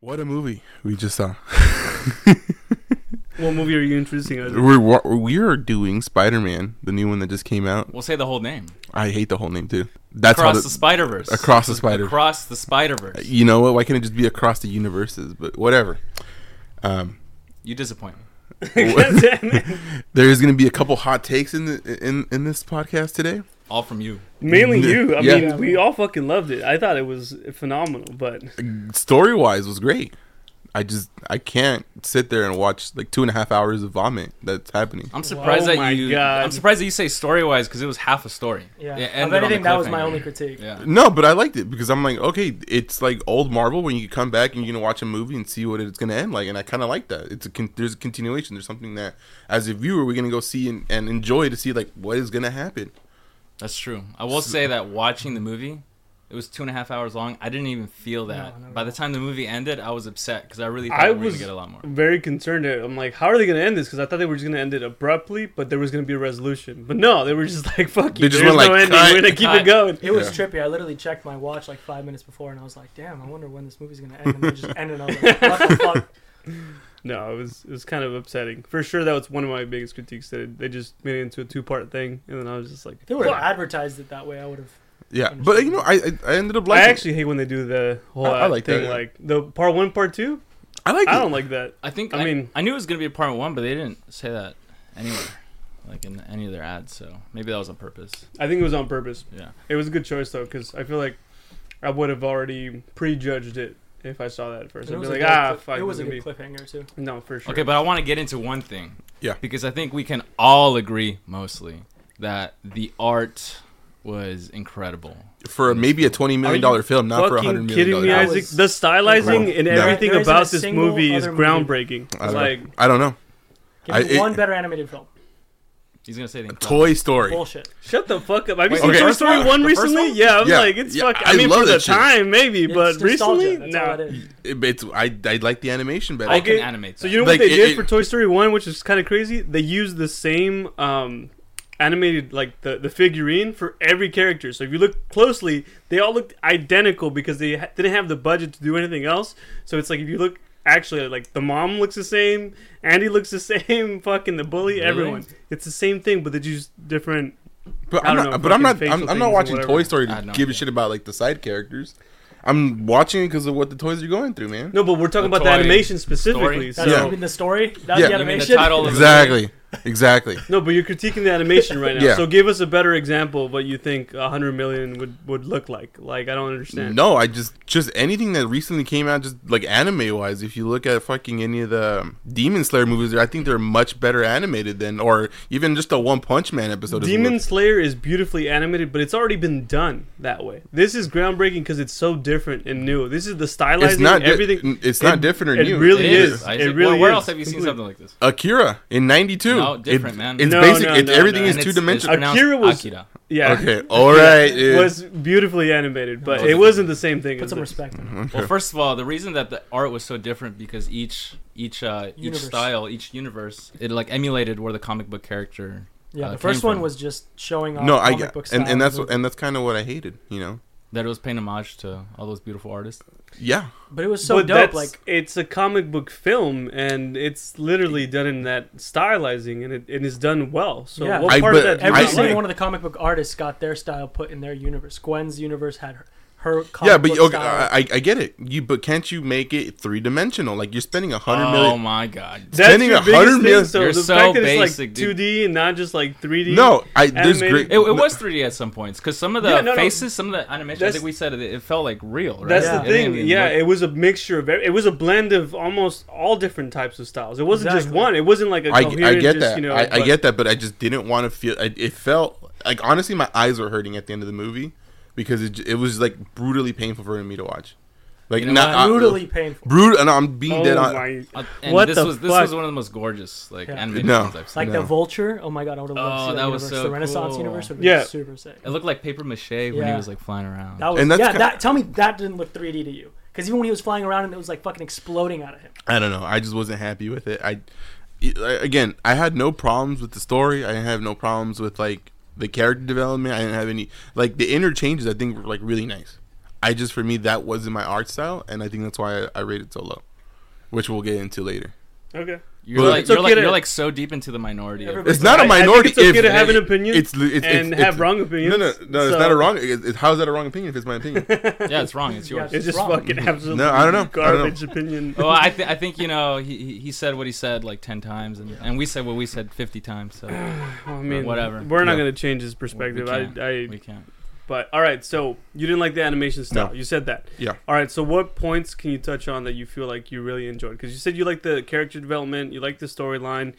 What a movie we just saw. What movie are you introducing us? We're wa- we are doing Spider Man, the new one that just came out. We'll say the whole name. I hate the whole name too. That's how Across the, the, Spider Verse. across the Uh, spider. Across the Spider Verse. you know what? Why can't it just be across the universes? But whatever. Um, You disappoint me. God damn it. there's gonna be a couple hot takes in the, in in this podcast today. All from you. Mainly you. I Yeah. mean, we all fucking loved it. I thought it was phenomenal, but Story wise was great. I just I can't sit there and watch like two and a half hours of vomit that's happening. I'm surprised Oh that my you. God. I'm surprised that you say story wise because it was half a story. Yeah. It If ended on anything, the that was my cliffhanger. only critique. Yeah. No, but I liked it because I'm like, okay, it's like old Marvel when you come back and you're gonna watch a movie and see what it's gonna end like, and I kind of like that. It's a con- there's a continuation. There's something that as a viewer we're gonna go see and, and enjoy to see like what is gonna happen. That's true. I will say that watching the movie, it was two and a half hours long. I didn't even feel that. not at By the time the movie ended, I was upset because I really thought I we were going was- to get a lot more. very concerned. I'm like, how are they gonna end this? Because I thought they were just gonna end it abruptly, but there was gonna be a resolution. But no, they were just like, fuck you. They just There's went no like, ending. cut, We're gonna keep cut. it going. It was Yeah. trippy. I literally checked my watch like five minutes before, and I was like, "Damn, I wonder when this movie's gonna end." And then it just ended. And I was like, "What the fuck?" No, it was it was kind of upsetting. For sure, that was one of my biggest critiques. That they just made it into a two part thing, and then I was just like, If they would have "Fuck." advertised it that way, I would have. Yeah, but you know, I I, I ended up I liking. I actually hate when they do the whole I- I uh, like thing, that, yeah. like the part one, part two. I like. I it. don't like that. I think. I I, mean- mean, I knew it was going to be a part one, but they didn't say that anywhere, like in any of their ads. So maybe that was on purpose. I think it was on purpose. Yeah. It was a good choice though, because I feel like I would have already prejudged it if I saw that at first. it I'd be was a like, good ah, clip- fuck. it was a this good is gonna cliffhanger too. be-" No, for sure. Okay, but I want to get into one thing. Yeah. Because I think we can all agree mostly that the art was incredible. for maybe a twenty Are you million dollar film, not for a hundred Fucking million kidding dollar. me, That Isaac? was The stylizing incredible. and No. everything There isn't a about this single movie is other movie. groundbreaking. I It's don't, like I don't know. Give I- me it- one better animated film. He's gonna say the incredible. Toy Story. Bullshit. Shut the fuck up. Have you Wait, seen okay. Toy first Story one? 1 The first recently? one? Yeah, I'm Yeah, like, it's yeah, fucking. I I, mean, love for the that shit. time, maybe, but It's nostalgia, recently? that's all No. it is. It- it's I I like the animation better. I Okay, can animate. That. So, you know Like, what they it- did it- for Toy Story 1, which is kind of crazy? They used the same um, animated, like, the, the figurine for every character. So, if you look closely, they all looked identical because they ha- didn't have the budget to do anything else. So, it's like, if you look. Actually, like the mom looks the same, Andy looks the same, fucking the bully, Really? everyone. It's the same thing, but they use different But I I'm don't not. know, but I'm not. fucking I'm, facial I'm not things or watching whatever. Toy Story I to know, give a yeah. shit about like the side characters. I'm watching it because of what the toys are going through, man. No, but we're talking The about the toy animation specifically. story? So That's Yeah. even the story. Yeah. You That's the mean the animation. title of- Exactly. Exactly. no, but you're critiquing the animation right now. Yeah. So give us a better example of what you think 100 million would would look like. Like I don't understand. No, I just just anything that recently came out, just like anime wise. If you look at fucking any of the um, Demon Slayer movies, I think they're much better animated than, or even just a One Punch Man episode. doesn't Demon look- Slayer is beautifully animated, but it's already been done that way. This is groundbreaking because it's so different and new. This is the stylizing. It's not di- everything. It's not it- different or it new. really It's- is. I It see. really Where, where is. else have you seen Completely. something like this? Akira in '92. No, different, It- man. It's No, basic. no, it's, no, everything no. is And two it's- it's dimensional. pronounced Akira was- Akira. Yeah. Okay, all right. It uh, was beautifully animated, but No, it it's- wasn't the same thing. Put as some this. respect. Mm-hmm. on it. Well, first of all, the reason that the art was so different because each each uh, each Universe. style, each universe, it like emulated where the comic book character. Yeah, uh, the came first one from. was just showing off no, I comic get, book and style and that's of what, the- and that's kind of what I hated. You know. That it was paying homage to all those beautiful artists. Yeah. but it was so but dope. that's- Like it's a comic book film, and it's literally done in that stylizing, and it, it is done well. So Yeah. what I- part but of that? do you every I not single like? one of the comic book artists got their style put in their universe. Gwen's universe had her, her comic yeah, but book okay, style. I, I I get it. You but can't you make it three dimensional? Like you're spending a hundred Oh million. my god! That's spending your a hundred biggest thing. million- So You're the so fact that it's like basic, two dude. D and not just like three D. No, I there's Animated- great. It, it was 3D at some points because some of the Yeah, no, no. faces, some of the animation, I That's- think we said it, it felt like real. Right? That's Yeah. the It didn't thing. even Yeah, look- it was a mixture of. ev- It was a blend of almost all different types of styles. It wasn't just Exactly. one. It wasn't like a I, coherent. I get just, that. You know, I, I but- get that, but I just didn't want to feel. I, it felt like honestly, my eyes were hurting at the end of the movie because it, j- it was like brutally painful for me to watch. Like You know not what? I- brutally painful. brutal. And I'm being Oh dead on. my! Uh, and What this the was this fuck? was one of the most gorgeous like Yeah. animated No. things I've seen. Like No. the vulture. Oh my god, I would have loved Oh, to see that, that was universe. so the Renaissance cool. universe would have Yeah. been super sick. It looked like paper mache when he Yeah. was like flying around. That was And that's yeah. ki- that tell me that didn't look 3D to you because even when he was flying around and it was like fucking exploding out of him. I don't know. I just wasn't happy with it. I it- I- again, I had no problems with the story. I didn't have no problems with like the character development. I didn't have any like the interchanges. I think were like really nice. I just for me that wasn't my art style, and I think that's why I, I rate it so low, which we'll get into later. Okay. You're Well, like it's you're okay like to- you're like so deep into the minority. of- Everybody- It's not I- a minority. I think it's okay if- to have an opinion It's li- it's, and it's, have it's- wrong opinions. No, no, no. It's so- not a wrong. It, it, how is that a wrong opinion if it's my opinion? yeah, it's wrong. It's yours. Yeah, It's just Wrong. fucking absolutely No, I don't know. I don't garbage opinion. well, I, th- I think you know he, he- he said what he said like ten times, and, and we said what we said fifty times. So Well, I mean, Whatever. We're not Yeah. gonna change his perspective. I, can't. I, we can't. but all right. So you didn't like the animation style. You said that. Yeah. All right. So what points can you touch on that you feel like you really enjoyed? Because you said you liked the character development, you liked the storyline.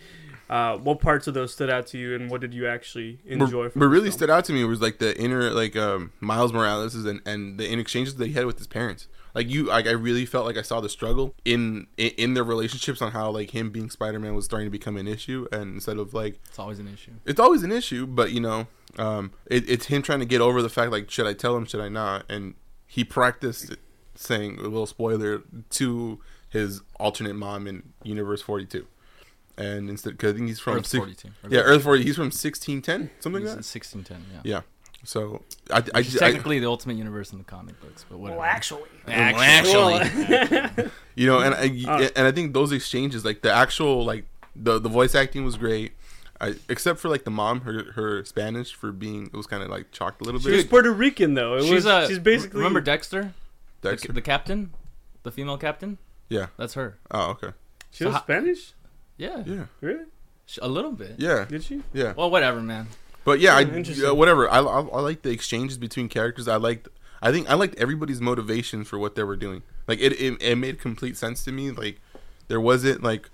Uh, what parts of those stood out to you, and what did you actually But- enjoy? But really stood stood out to me was like the inner like um, Miles Morales and and the in exchanges that he had with his parents. Like you, like I really felt like I saw the struggle in in, in their relationships on how like him being Spider Man was starting to become an issue, and instead of like It's always an issue. it's always an issue, but you know, um, it, it's him trying to get over the fact like should I tell him, should I not, and he practiced saying a little spoiler to his alternate mom in Universe Forty Two, and instead because I think he's from Earth six- 42. yeah Earth Forty, he's from sixteen ten something like that. sixteen ten. Yeah. Yeah. So I, I, Which is I- technically the ultimate universe in the comic books, but whatever. Well, actually, Actually, you know, and I, Uh. and I think those exchanges, like the actual, like the the voice acting was great, I, except for like the mom, her her Spanish for being it was kind of like chalked a little She was bit. Puerto Rican though. It she's was, a. she's basically remember Dexter, Dexter. The, the captain, the female captain. Yeah. that's her. Oh, okay. she was so- Spanish. Yeah, Yeah. Really? Sh- a little bit. Yeah. Did she? Yeah. Well, whatever, man. But yeah, I Hmm, interesting. yeah, whatever. I, I I like the exchanges between characters. I liked. I think I liked everybody's motivation for what they were doing. Like it, it, it made complete sense to me. Like there wasn't like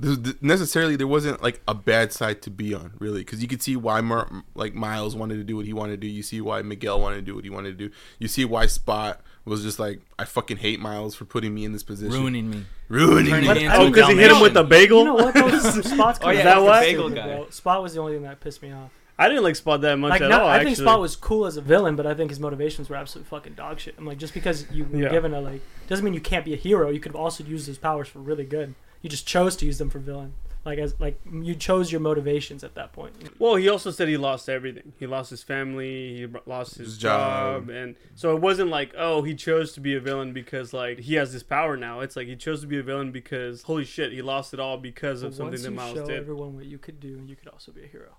th- th- necessarily there wasn't like a bad side to be on really because you could see why Mar- like Miles wanted to do what he wanted to do. You see why Miguel wanted to do what he wanted to do. You see why Spot was just like I fucking hate Miles for putting me in this position, Ruining me. ruining Turning me. me into Oh, a because he hit him Dalmatian. with a bagel. you know what? Those spots. Oh, yeah, kinda that's the were bagel stupid, guy. bro. Spot was the only thing that pissed me off. I didn't like Spot that much Like, at not, all. I actually. think Spot was cool as a villain, but I think his motivations were absolute fucking dog shit. I'm like, just because you were Yeah. given a like, doesn't mean you can't be a hero. You could have also used those powers for really good. You just chose to use them for villain. Like as like you chose your motivations at that point. Well, he also said he lost everything. He lost his family. He r- lost his, His job. job. and so it wasn't like, oh, he chose to be a villain because like he has this power now. It's like he chose to be a villain because holy shit, he lost it all because of But something once that you Miles show did. everyone what you could do, you could also be a hero.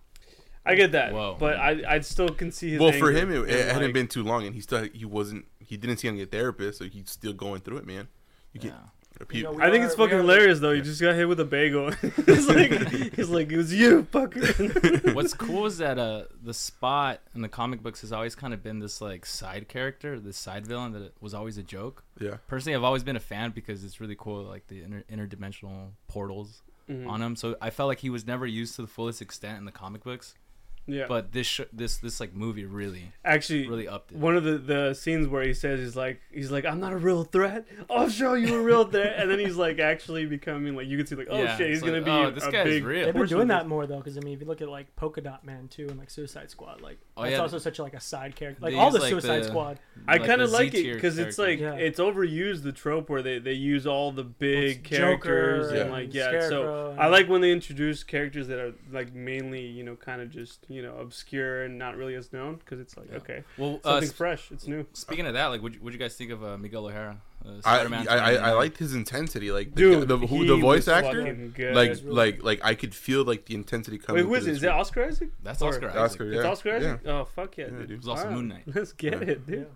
I get that, Whoa. but I I still can see his. Well, for anger him, it, and, it hadn't like, been too long, and he still he wasn't he didn't see any therapist, so he's still going through it, man. You Yeah. can't repeat. know, we I think are- it's we fucking are- hilarious though. You just got hit with a bagel. it's like he's like it was you, fucker. What's cool is that uh, the spot in the comic books has always kind of been this like side character, this side villain that was always a joke. yeah. Personally, I've always been a fan because it's really cool, like the inter- interdimensional portals Mhm. on him. So I felt like he was never used to the fullest extent in the comic books, Yeah, but this sh- this this like movie really actually, really upped it. one of the, the scenes where he says he's like he's like I'm not a real threat. I'll show you a real threat, and then he's like actually becoming like you can see like oh Yeah, shit he's it's gonna like, be oh, this a guy's big real. They've been portion doing of that this. more though, because I mean, if you look at like Polka Dot Man too, and like Suicide Squad, like Oh, that's yeah. also such a, like a side character. Like They all use, the like, Suicide the- Squad, I kind of the like it Z-tier because it's like characters. character. Yeah. it's overused the trope where they they use all the big It's Joker characters and Yeah. like and yeah. Scarecrow so and- I like when they introduce characters that are like mainly you know kind of just you know obscure and not really as known because it's like Yeah. okay well, uh, something sp- fresh it's new. speaking of that, like, would you, would you guys think of uh, Miguel O'Hara? Uh, I, Spider-Man, I, I, I Spider-Man? liked his intensity, like the, Dude, the, who, he the voice was actor, fucking good. like He was really like like I could feel like the intensity coming. wait through who is it? the Is it screen. Oscar Isaac? That's Or- Oscar. Oscar? Isaac. Yeah, It's Oscar Isaac? yeah. Oh fuck yeah, Yeah, dude. dude. It was also Wow. Moon Knight. Let's get Yeah. it, yeah. dude.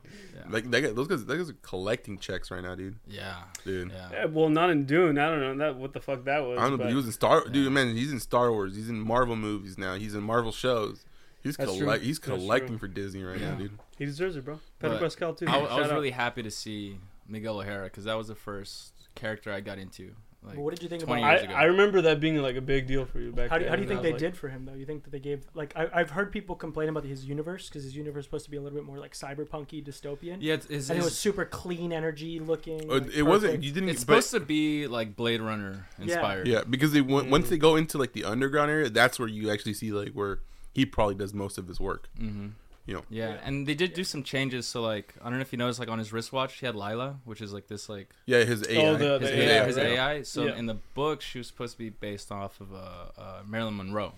Like that guy, those guys, those guys are collecting checks right now, dude. Yeah, Dude, yeah. Eh, Well, not in Dune. I don't know that what the fuck that was. I don't know, but but he was in Star. Dude, man, he's in Star Wars. He's in Marvel movies now. He's in Marvel shows. He's That's true. collect. He's That's true. collecting for Disney right now, Yeah. dude. he deserves it, bro. Pedro But Pascal too. I, I Shout was out. really happy to see Miguel O'Hara because that was the first character I got into. Like, But what did you think 20 about- I, years ago. I remember that being like a big deal for you back How do, then. how do you and think I they was like, did for him though? You think that they gave like I, I've heard people complain about his universe because his universe was supposed to be a little bit more like cyberpunky dystopian, yeah, it's, it's, and it it's, was super clean energy looking. Uh, like, it wasn't. perfect. You didn't. it's but- supposed to be like Blade Runner inspired. Yeah, because they w- Hmm. once they go into like the underground area, that's where you actually see like where he probably does most of his work. Mm-hmm. You know. Yeah, and they did do some changes. So like, I don't know if you noticed, like on his wristwatch, he had Lila, which is like this like Yeah, his AI. Oh, the- his the AI. AI, his right? AI. So Yeah. in the book, she was supposed to be based off of uh, uh, Marilyn Monroe,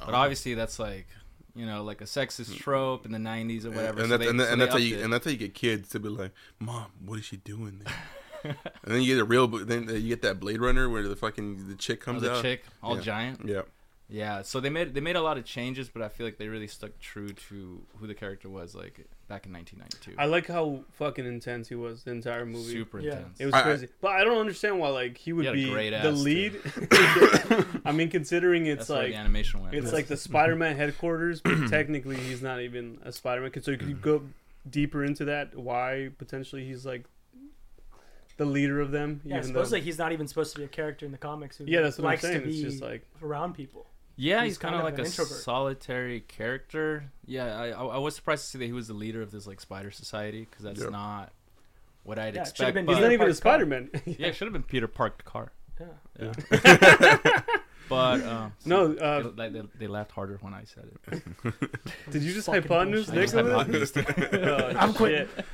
but Oh. obviously that's like you know, like a sexist trope in the '90s or whatever. Hmm. And so that's, they- and, that- so and they that's how you upped it. and that's how you get kids to be like, "Mom, what is she doing?" There? and then you get a real, then uh, you get that Blade Runner where the fucking the chick Oh, comes the out. chick, all Yeah. giant. Yeah, Yeah, so they made they made a lot of changes, but I feel like they really stuck true to who the character was, like back in 1992. I like how fucking intense he was the entire movie. Super Yeah. intense. It was I- I- crazy, but I don't understand why like he would had a be great the ass, lead. I mean, considering it's That's where like the animation went. it's like the Spider-Man headquarters, but technically he's not even a Spider-Man. 'Cause So you could go deeper into that why potentially he's like the leader of them. Yeah, even though, supposedly he's not even supposed to be a character in the comics who yeah, that's what I'm likes saying. to be It's just like around people. yeah, he's he's, kind kind of of like an a introvert. solitary character. Yeah, I, I I was surprised to see that he was the leader of this like spider society because that's Yeah. not not what I'd Yeah, it should've expect. been but- he's Peter not even a Parker's car. Spider-Man. yeah, it should have been Peter Parked car. Yeah. Yeah. but um, no, they, uh, like, they, they laughed harder when I said it. did you just Fucking hypotenuse bullshit. I Nick? just with it? hypotenused it. Oh, I'm quitting. shit.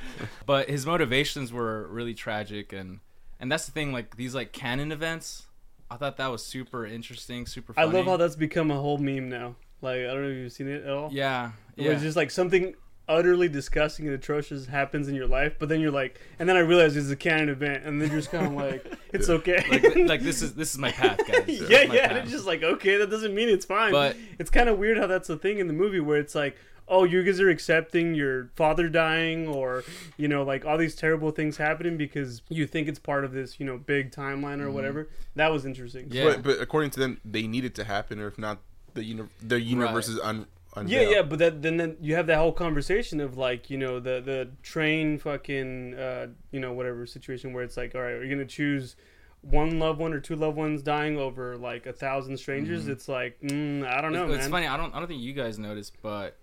but his motivations were really tragic and and that's the thing like these like canon events i thought that was super interesting super I funny love how that's become a whole meme now. Like I don't know if you've seen it at all. yeah Where yeah it's just like something utterly disgusting and atrocious happens in your life, but then you're like, and then I realize it's a canon event, and then you're just kind of like, it's okay. like, th- like this is this is my path guys This is yeah, my yeah, and path. it's just like, okay, that doesn't mean it's fine. But- it's kind of weird how that's a thing in the movie where it's like, oh, you guys are accepting your father dying or, you know, like all these terrible things happening because you think it's part of this, you know, big timeline or whatever. That was interesting. Mm-hmm. Yeah. But, but according to them, they need it to happen, or if not, the uni- their universe is un. Yeah, unveiled. yeah, but that, then then you have that whole conversation of like you know the the train fucking uh, you know whatever situation where it's like all right, are you gonna choose one loved one or two loved ones dying over like a thousand strangers? It's like mm, I don't know, Mm-hmm. it's, it's man. funny i don't i don't think you guys noticed but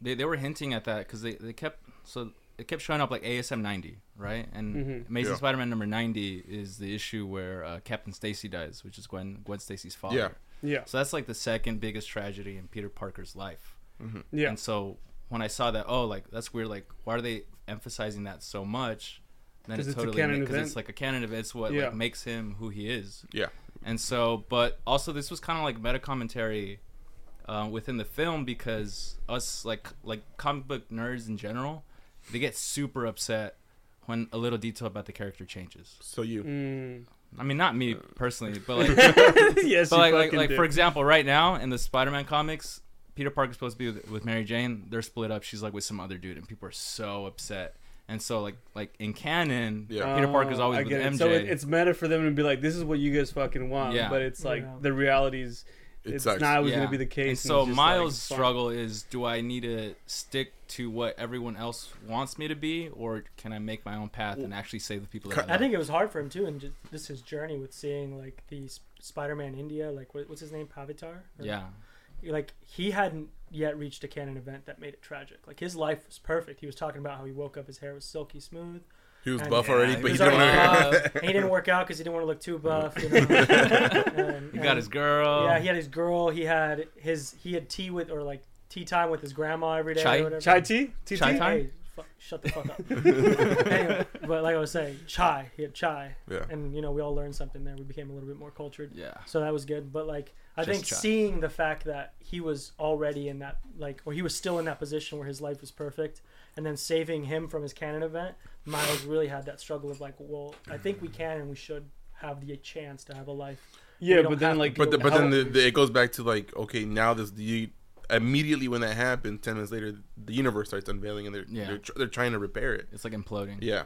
they, they were hinting at that because they, they kept so it kept showing up like asm 90 right and Mm-hmm. amazing Yeah. spider-man number 90 is the issue where uh, captain stacy dies which is gwen gwen stacy's father Yeah. Yeah, so that's like the second biggest tragedy in peter parker's life yeah, And so when I saw that, oh, like that's weird. Like, why are they emphasizing that so much? And Then 'Cause it it's a totally canon because event. it's like a canon event. It's what Yeah. like makes him who he is. yeah, And so, but also this was kind of like meta commentary uh, within the film because us like like comic book nerds in general, they get super upset when a little detail about the character changes. So you, mm. I mean, not me personally, but like, yes, but you like, like, fucking like do. for example, right now in the Spider-Man comics, Peter Parker's supposed to be with, with Mary Jane. They're split up. She's like with some other dude, and people are so upset. And so, like, like in canon, Yeah. Peter Oh, Parker's always I with get MJ. It. So it, it's meta for them to be like, this is what you guys fucking want, Yeah. but it's like Yeah. the realities. It it's sucks. not always Yeah. gonna be the case. And it's so just, like, Miles' fuck. struggle is: Do I need to stick to what everyone else wants me to be, or can I make my own path and actually save the people that I, Cut- I love? think it was hard for him too, and just, this his journey with seeing like the S- Spider-Man India, like what, what's his name, Pavitar? Or- Yeah, Like he hadn't yet reached a canon event that made it tragic. Like his life was perfect. He was talking about how he woke up, his hair was silky smooth, he was And- buff Yeah, already, he but he was don't already know. buff, and he didn't work out because he didn't want to look too buff. You know? And- he got and- his girl. Yeah, he had his girl. He had his he had tea with or like tea time with his grandma every day. Chai- or whatever. Chai tea, tea, Chai tea? time? Hey, fu- shut the fuck up. anyway, but like I was saying, chai. He had chai, Yeah. and you know we all learned something there. We became a little bit more cultured. yeah. So that was good. But like I Just think chai. seeing the fact that he was already in that like or he was still in that position where his life was perfect, and then saving him from his canon event, Miles really had that struggle of like, well, I think we can and we should have the chance to have a life. Yeah, We don't but then have- like, But the, but then how- the, the, it goes back to like okay now this the immediately when that happens ten minutes later the universe starts unveiling and they're Yeah. they're, tr- they're trying to repair it It's like imploding. yeah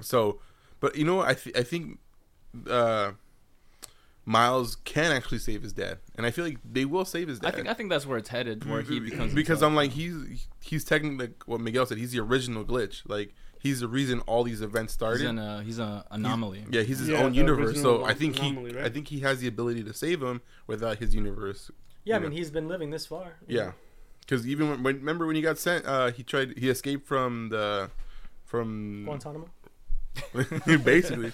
so but you know what? I th- I think uh, Miles can actually save his dad and I feel like they will save his dad I think I think that's where it's headed, where he becomes Mm-hmm. because himself. I'm like he's he's technically like what Miguel said he's the original glitch like he's the reason all these events started he's an uh, he's an anomaly. Yeah, he's his Yeah, own the universe. So original I think he, anomaly, right? I think he has the ability to save him without his universe. Yeah, I you mean know? he's been living this far. yeah, because even when, when remember when he got sent, uh, he tried he escaped from the from Guantanamo. basically,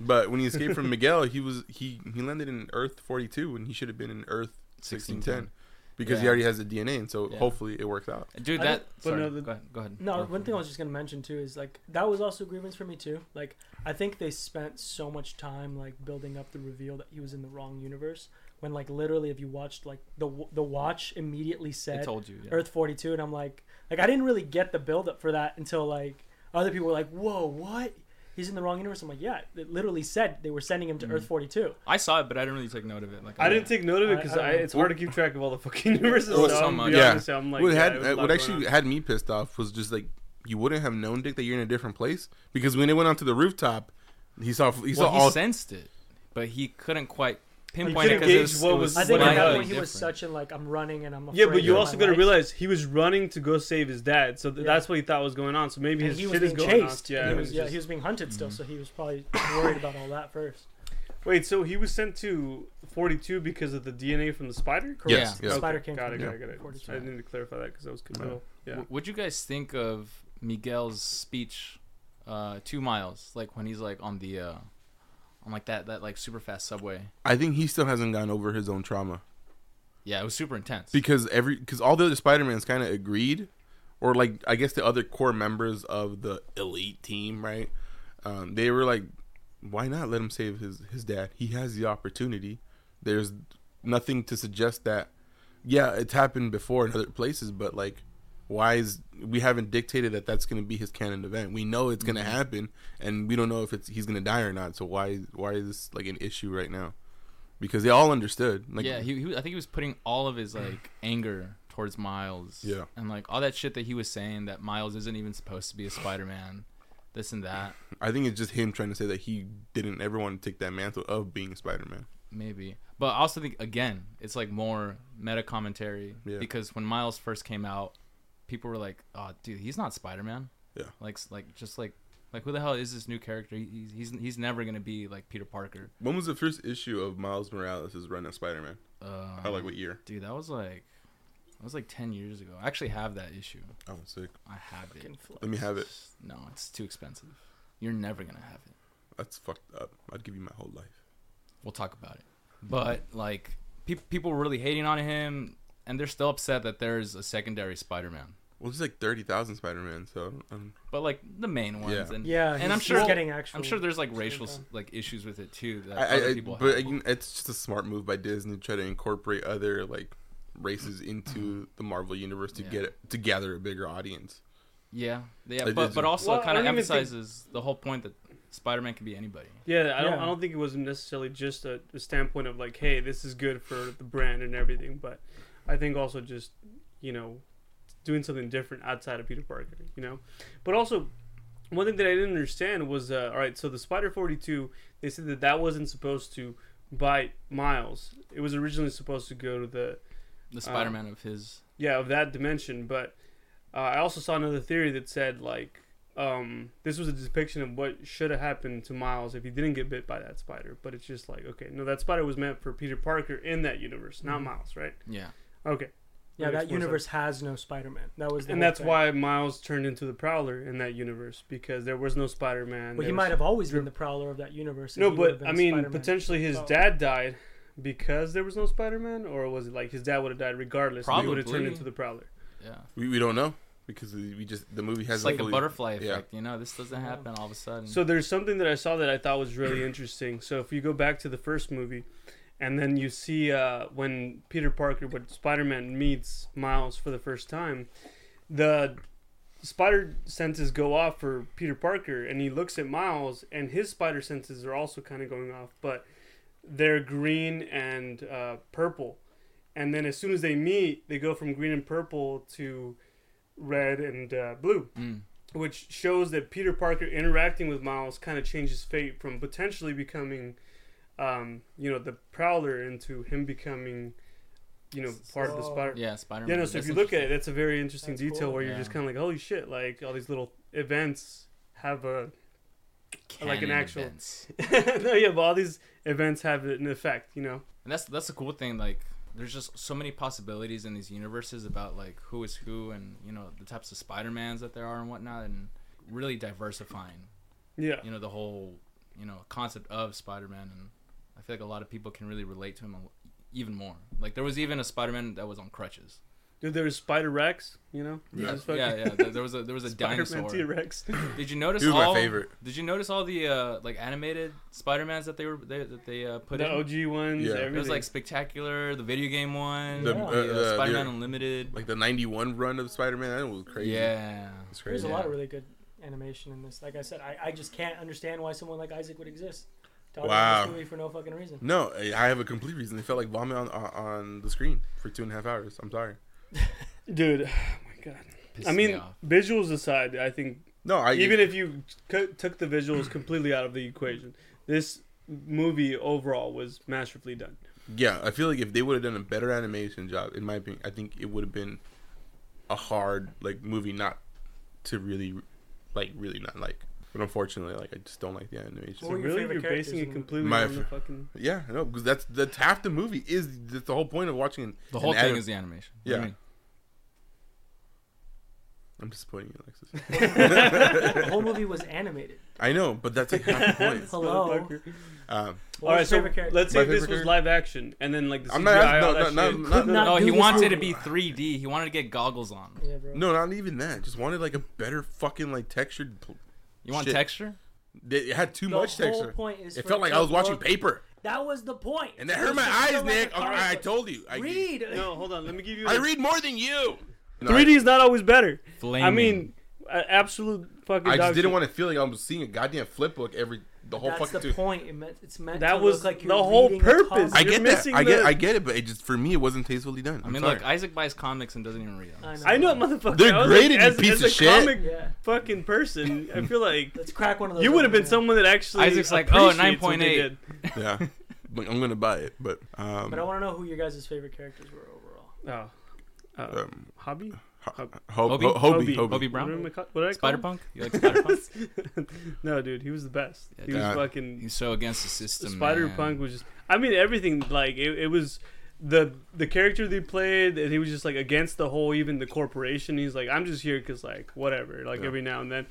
but when he escaped from Miguel, he was he he landed in Earth forty two and he should have been in Earth sixteen ten. 1610. Because he Yeah. already has the DNA, and so Yeah. hopefully it works out. Dude, I that. but Sorry, no, the- go ahead. Go ahead. No, Go one for thing I it. was just gonna mention too is like that was also a grievance for me too. Like I think they spent so much time like building up the reveal that he was in the wrong universe when like literally if you watched like the w- the watch immediately It said told you. Yeah. Earth 42 and I'm like like I didn't really get the build up for that until like other people were like, "Whoa, what? He's in the wrong universe." I'm like, "Yeah, it literally said they were sending him to Mm. Earth 42." I saw it, but I didn't really take note of it. Like I didn't take note of it because I- I I, don't know. it's hard to keep track of all the fucking universes. was so so I'm much. be Yeah. honest, I'm like, what yeah, had uh, there's a lot what going actually on. had me pissed off was just like you wouldn't have known Dick that you're in a different place because when they went onto the rooftop, he saw he saw Well, he all sensed it, but he couldn't quite pinpoint couldn't it because it gauge was, what it was- I think Well, at slightly that I- point he was different. such in like I'm running and I'm afraid Yeah, but you of also my got to life." realize he was running to go save his dad, so th- Yeah. that's what he thought was going on. So maybe And his he was shit is being going chased. on. Yeah, he it was, was yeah, just- Mm. he was being hunted still, so he was probably worried about all that first. Wait, so he was sent to 42 because of the DNA from the spider? Correct. Yeah. The Yeah. spider Okay, came got it, from got it, got it. 42. I need to clarify that because I was Yeah. confused. Yeah. W- What'd you guys think of Miguel's speech, uh, two miles, like when he's like on the, uh, on like that that like super fast subway? I think he still hasn't gone over his own trauma Yeah, it was super intense. because every because all the other Spider-Mans kind of agreed or like I guess the other core members of the elite team, right? Um, they were like why not let him save his his dad? He has the opportunity. There's nothing to suggest that yeah, it's happened before in other places, but like why is we haven't dictated that that's going to be his canon event? We know it's going Mm-hmm. to happen, and we don't know if it's he's going to die or not. So why why is this like an issue right now? Because they all understood. Like, yeah, he, he was- I think he was putting all of his like anger towards Miles. Yeah. and like all that shit that he was saying that Miles isn't even supposed to be a Spider-Man, this and that. I think it's just him trying to say that he didn't ever want to take that mantle of being Spider Man. Maybe. But I also think again, it's like more meta commentary Yeah. because when Miles first came out, people were like, "Oh, dude, he's not Spider-Man." Yeah. Like like just like like who the hell is this new character? He- He's he's he's never going to be like Peter Parker. When was the first issue of Miles Morales' run as Spider Man? Um, I like what year? Dude, that was like that was like 10 years ago. I actually have that issue. I was sick. I have it. Let me have it. No, it's too expensive. You're never going to have it. That's fucked up. I'd give you my whole life. We'll talk about it. But like pe- people were really hating on him and they're still upset that there's a secondary Spider-Man. Well, there's like thirty thousand Spider Man, so um, but like the main ones Yeah. and Yeah, and he's- i'm he's sure getting actual. i'm sure there's like Same racial time. like issues with it too that I, I, other I people but have. again, it's just a smart move by Disney to try to incorporate other like races into the Marvel universe to Mm-hmm. Yeah. get to gather a bigger audience. yeah yeah I but, did- but also Well, I kind don't of even think- emphasizes the whole point that spider-man can be anybody Yeah, I don't. Yeah. I don't think it was necessarily just a, a standpoint of like, hey, this is good for the brand and everything, but I think also just you know doing something different outside of Peter Parker, you know. But also, one thing that I didn't understand was, uh, all right, so the Spider Forty Two, they said that that wasn't supposed to bite Miles. It was originally supposed to go to the Uh, the spider-man of his yeah of that dimension but uh, i also saw another theory that said like um, this was a depiction of what should have happened to miles if he didn't get bit by that spider but it's just like okay no that spider was meant for peter parker in that universe Mm-hmm. not miles right yeah okay Yeah, makes that more universe has no Spider-Man. That sense. was, the and whole that's thing. why miles turned into the prowler in that universe because there was no spider-man Well, there he was- might have always been the Prowler of that universe. and no he would have but been i mean Spider-Man. potentially his Oh. dad died because there was no spider-man or was it like his dad would have died regardless and he would have turned Probably. into the prowler yeah We, we don't know because we we just the movie has it's like the butterfly yeah. effect you know this doesn't happen all of a sudden So there's something that I saw that I thought was really interesting. So if you go back to the first movie, and then you see uh, when Peter Parker, when Spider-Man meets Miles for the first time, the spider senses go off for Peter Parker, and he looks at Miles, and his spider senses are also kind of going off, but they're green and uh, purple. And then as soon as they meet, they go from green and purple to red and uh, blue Mm. which shows that Peter Parker interacting with Miles kind of changes fate from potentially becoming, um, you know, the Prowler into him becoming, you know, part of the So- Spider. Yeah, yeah spider-man no. So if That's you look at it, interesting. that's a very interesting That's detail cool. where you're Yeah. just kind of like, holy shit! Like all these little events have a like an Canon actual- events. no, yeah, but all these events have an effect, you know. and that's that's the cool thing like there's just so many possibilities in these universes about like who is who and you know the types of spider-mans that there are and whatnot and really diversifying Yeah, you know the whole you know concept of spider-man and i feel like a lot of people can really relate to him a l- even more like there was even a spider-man that was on crutches Dude, there was Spider Rex, you know? Yeah. Just Yeah, fucking- yeah. th- There was a there was a Spider-Man dinosaur. T-Rex. Did you notice He was my all? favorite. Did you notice all the uh, like animated Spider-Mans that they were they, that they uh, put the in? OG ones, Yeah. yeah. It was, It everything. was like spectacular, the video game one, The- the, uh, the- the- uh, Spider-Man Unlimited. Like the '91 run of Spider-Man, that was crazy. Yeah, it's There's crazy. a lot of really good animation in this. Like I said, I, I just can't understand why someone like Isaac would exist. To automate Wow. This movie for no fucking reason. No, I I have a complete reason. It felt like vomit on on- on the screen for two and a half hours. I'm sorry. dude, oh my god. Pissed I me mean, off. visuals aside, I think No, I even if you co- took the visuals completely out of the equation, this movie overall was masterfully done. yeah, I feel like if they would have done a better animation job, in my opinion, I think it would have been a hard like movie not to really like really not like. But unfortunately, like I just don't like the animation. So What were your really, you're favorite basing characters in it the movie? completely My on the fa- fucking. Yeah, no, because that's that's half the movie is that's the whole point of watching. an- the whole an thing anim- is the animation. Yeah. I mean, I'm disappointing you, Alexis. The whole movie was animated. I know, but that's like half the point. Hello. motherfucker. Um, What All right, was so your favorite character? let's say My this favorite was character? live action, and then like the CGI, I'm not asking- all no, that no, shit. no, no, Could not no, do Oh, he this wanted to be movie. 3D. He wanted to get goggles on. Yeah, bro. no, not even that. Just wanted like a better fucking like textured. pl- You want Shit. texture? they- It had too The much whole texture. point is It for felt it like to I was watching look- paper, That was the point. and that hurt my It's just eyes, like Nick. a comic I, I book. told you. I, Read. No, hold on. Let me give you. I the- read more than you. No, 3D is not always better. Flaming. I mean, a- absolute fucking. I, I dog just didn't shit. want to feel like I was seeing a goddamn flip book every the whole That's fucking. the two. point. It meant, it's meant That to was look like the you're whole reading a purpose. I You're comic. get that. missing I get. the- I get it, but it just for me, it wasn't tastefully done. I mean, sorry. look, Isaac buys comics and doesn't even read them. I know. I know, motherfucker. They're I was graded, you as, piece as of a shit. comic Yeah. fucking person. I feel like Let's crack one of those. you would have open, been yeah. someone that actually. Isaac's like, oh, appreciates what they 9.8. did. yeah, But I'm gonna buy it, but um, But I want to know who your guys' favorite characters were Oh, overall. uh, um, hobby. Ho- Hobie. Ho- Hobie? Ho- Hobie, Hobie. Hobie, Hobie Brown? What am I call- what did I call Spider him? Punk? You like Spider Punk? no, dude, he was the best. Yeah, he was dude. fucking. He's so against the system. Spider man. Punk was just. I mean, everything like it, it was the the character they played, and he was just like against the whole even the corporation. He's like, I'm just here because like whatever, like Yeah. every now and then.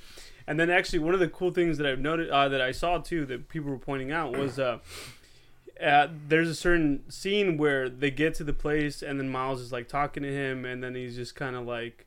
And then actually, one of the cool things that I've noted uh, that I saw too that people were pointing out was. Uh, uh, there's a certain scene where they get to the place and then Miles is like talking to him and then he's just kind of like,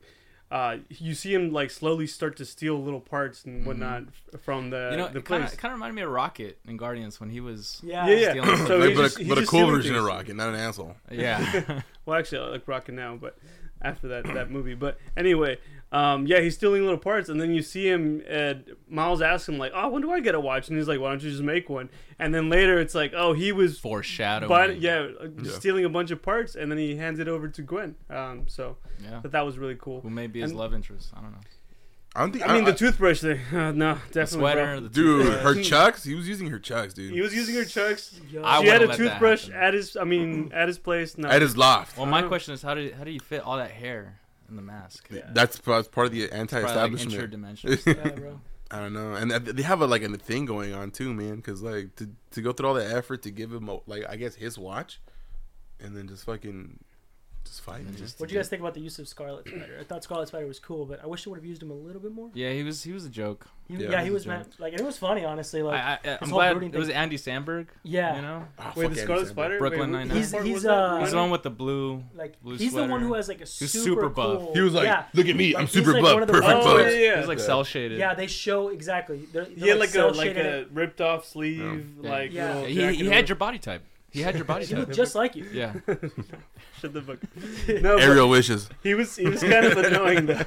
uh, you see him like slowly start to steal little parts and whatnot f- from the Mm-hmm. You know, uh, the it kind place. of reminded me of Rocket in Guardians when he was. Yeah. Yeah, yeah. Stealing So Like, he's but just, a, he's but a just cool stealing version of things. Rocket, not an asshole. Yeah. Well, actually, I like Rocket now, but after that that movie. But anyway, um, yeah, he's stealing little parts, and then you see him. And Miles asks him like, "Oh, when do I get a watch?" And he's like, "Why don't you just make one?" And then later, it's like, "Oh, he was." Foreshadowing. But yeah, uh, Yeah. stealing a bunch of parts, and then he hands it over to Gwen. Um, so Yeah. that that was really cool. Who may be his And- love interest? I don't know. I don't think. I mean, the I- toothbrush thing. Uh, no, The definitely. sweater. bro. The dude, toothbrush. her chucks. He was using her chucks, dude. He was using her chucks. Yo. I She had wouldn't a let that toothbrush happen. at his. I mean, at his place. No, At his loft. Well, my Uh-huh. question is, how do how do you fit all that hair in the mask? Yeah. That's p- that's part of the Probably like anti-establishment. interdimensional. stuff. yeah, bro. I don't know, and th- they have a, like a thing going on too, man. Because like to to go through all the effort to give him a, like I guess his watch, and then just fucking just fight. And man. just- What do you guys think about the use of Scarlet Spider? I thought Scarlet Spider was cool, but I wish they would have used him a little bit more. yeah, he was he was a joke. He- Yeah. yeah, he was meant like, and it was funny, honestly. Like, I, I, I'm whole glad brooding it was thing- Andy Sandberg. yeah, You know, Ah, Wait, fuck the Andy Scarlet Sandberg. Spider. Brooklyn Wait, which Nine-Nine. part He's- was he's, that? uh, he's Remind the me? one with the blue. like Blue he's the one sweater. who has like a He's super, super buff. cool. He was like, yeah. "Look at me, Like, I'm he's super like buff, one of the perfect ones Oh buff." yeah, where- He yeah. was like Yeah. cell shaded. Yeah, they show exactly. They're, He had they're, like a like a ripped off sleeve, Yeah. like Yeah. little He, he jacket had over- your body type. He had your body He type. looked just like you. Yeah. Shut the fuck. up. No, but Aerial wishes. he was he was kind of annoying though.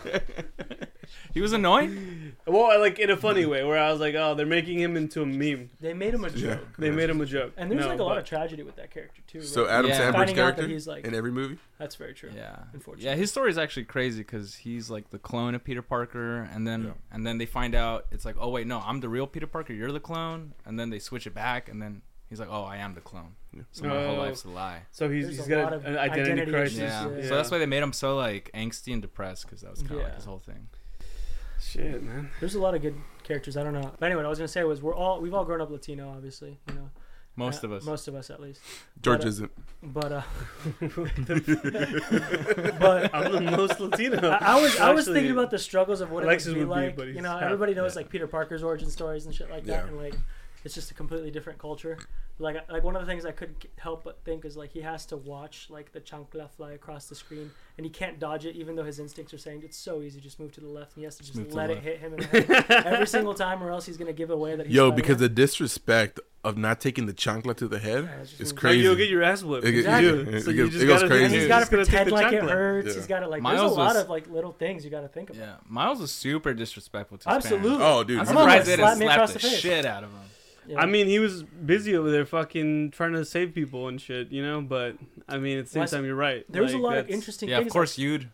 He was annoying. Well, like in a funny way, where I was like, oh, they're making him into a meme. They made him a joke, They made him a joke. and there's No, like a lot but- of tragedy with that character too. So right? Adam Yeah. Sandberg's Finding out that character he's like- in every movie. that's very true. Yeah. Unfortunately. Yeah, his story is actually crazy because he's like the clone of Peter Parker, and then Yeah. and then they find out it's like, oh wait, no, I'm the real Peter Parker. You're the clone, and then they switch it back, and then he's like, oh, I am the clone. Yeah. So my whole Oh. life's a lie. So he's There's he's a got lot a- of an identity, identity crisis. issues, Yeah. yeah. So that's why they made him so like angsty and depressed because that was kind of Yeah. like his whole thing. Shit, man. There's a lot of good characters. I don't know. But anyway, what I was gonna say was we're all we've all grown up Latino, obviously. You know, Most Uh, of us. Most of us, at least. George But, uh, isn't. But uh, but I'm the most Latino. I, I was I was Actually, thinking about the struggles of what Alexis it would be would be, like. but you he's know, half, everybody knows yeah. like Peter Parker's origin stories and shit like Yeah. that, and like It's just a completely different culture. Like like one of the things I couldn't c- help but think is like he has to watch like the chancla fly across the screen and he can't dodge it even though his instincts are saying it's so easy just move to the left and he has to just move to the let it left. hit him in the head every single time or else he's gonna give away that he's Yo, Spider-Man. because the disrespect of not taking the chancla to the head Yeah, it's just is insane. Like, crazy. you'll get your ass whipped. It get- Exactly. You do. So it you gets- just it goes gotta do- crazy. and he's He's got to just gotta take pretend the like it chocolate. hurts. Yeah. He's got to like. there's Miles a lot was- of like little things you got to think about. Yeah, Miles was super disrespectful to Absolutely. Spain. Oh, dude. I'm Come on, surprised they slap didn't me slap across the, the face. shit out of him. Yeah. I mean, he was busy over there, fucking trying to save people and shit, you know. But I mean, at the same Well, that's- time, you're right. there was a Like, lot of that's- interesting Yeah, things. of course you'd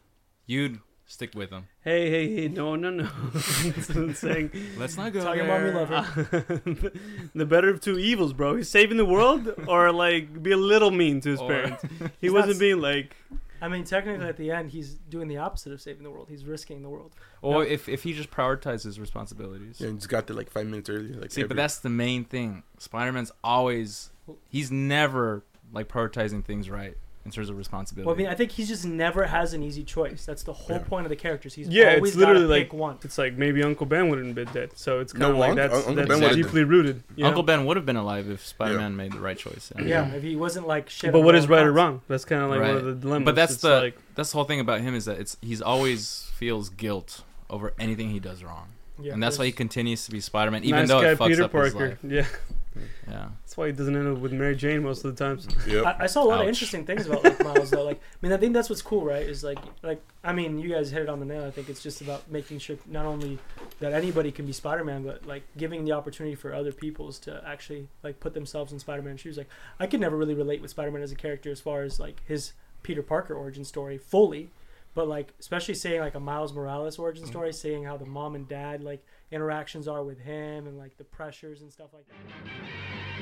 you'd stick with him. Hey, hey, hey! No, no, no! That's what I'm saying. Let's not go Tell your there. mom you love her. the better of two evils, bro. He's saving the world, or like be a little mean to his Or- parents. He He's wasn't not- being like, I mean, technically, at the end, he's doing the opposite of saving the world. He's risking the world. Or if, if he just prioritizes his responsibilities. Yeah, and just got there like five minutes earlier. Like See, but every- that's the main thing. Spider Man's always he's never like prioritizing things right in terms of responsibility. Well, I mean, I think he just never has an easy choice. That's the whole Yeah. point of the characters. He's Yeah, it's always literally gotta like- pick one. it's like maybe Uncle Ben wouldn't have been dead. So it's kind No, of like Uncle- that's, Uncle that's Ben would've deeply rooted. you Uncle know? Ben would have been alive if Spider Man made the right choice. Yeah. if he wasn't like shit. But on what the is right or facts. wrong? That's kind of like one Right. of the dilemmas. But that's It's the- like, That's the whole thing about him is that it's he's always feels guilt over anything he does wrong. Yeah, and that's why he there's- continues to be Spider Man even nice though guy it fucks Peter up his Parker. life. Yeah, Yeah. that's why he doesn't end up with Mary Jane most of the times. Yep. I, I saw a lot of Ouch. interesting things about like Miles though. Like, I mean, I think that's what's cool, right? Is like, like I mean, you guys hit it on the nail. I think it's just about making sure not only that anybody can be Spider-Man, but like giving the opportunity for other peoples to actually like put themselves in Spider-Man's shoes. Like, I could never really relate with Spider-Man as a character as far as like his Peter Parker origin story fully, but like especially seeing like a Miles Morales origin story, seeing how the mom and dad like interactions are with him and like the pressures and stuff like that.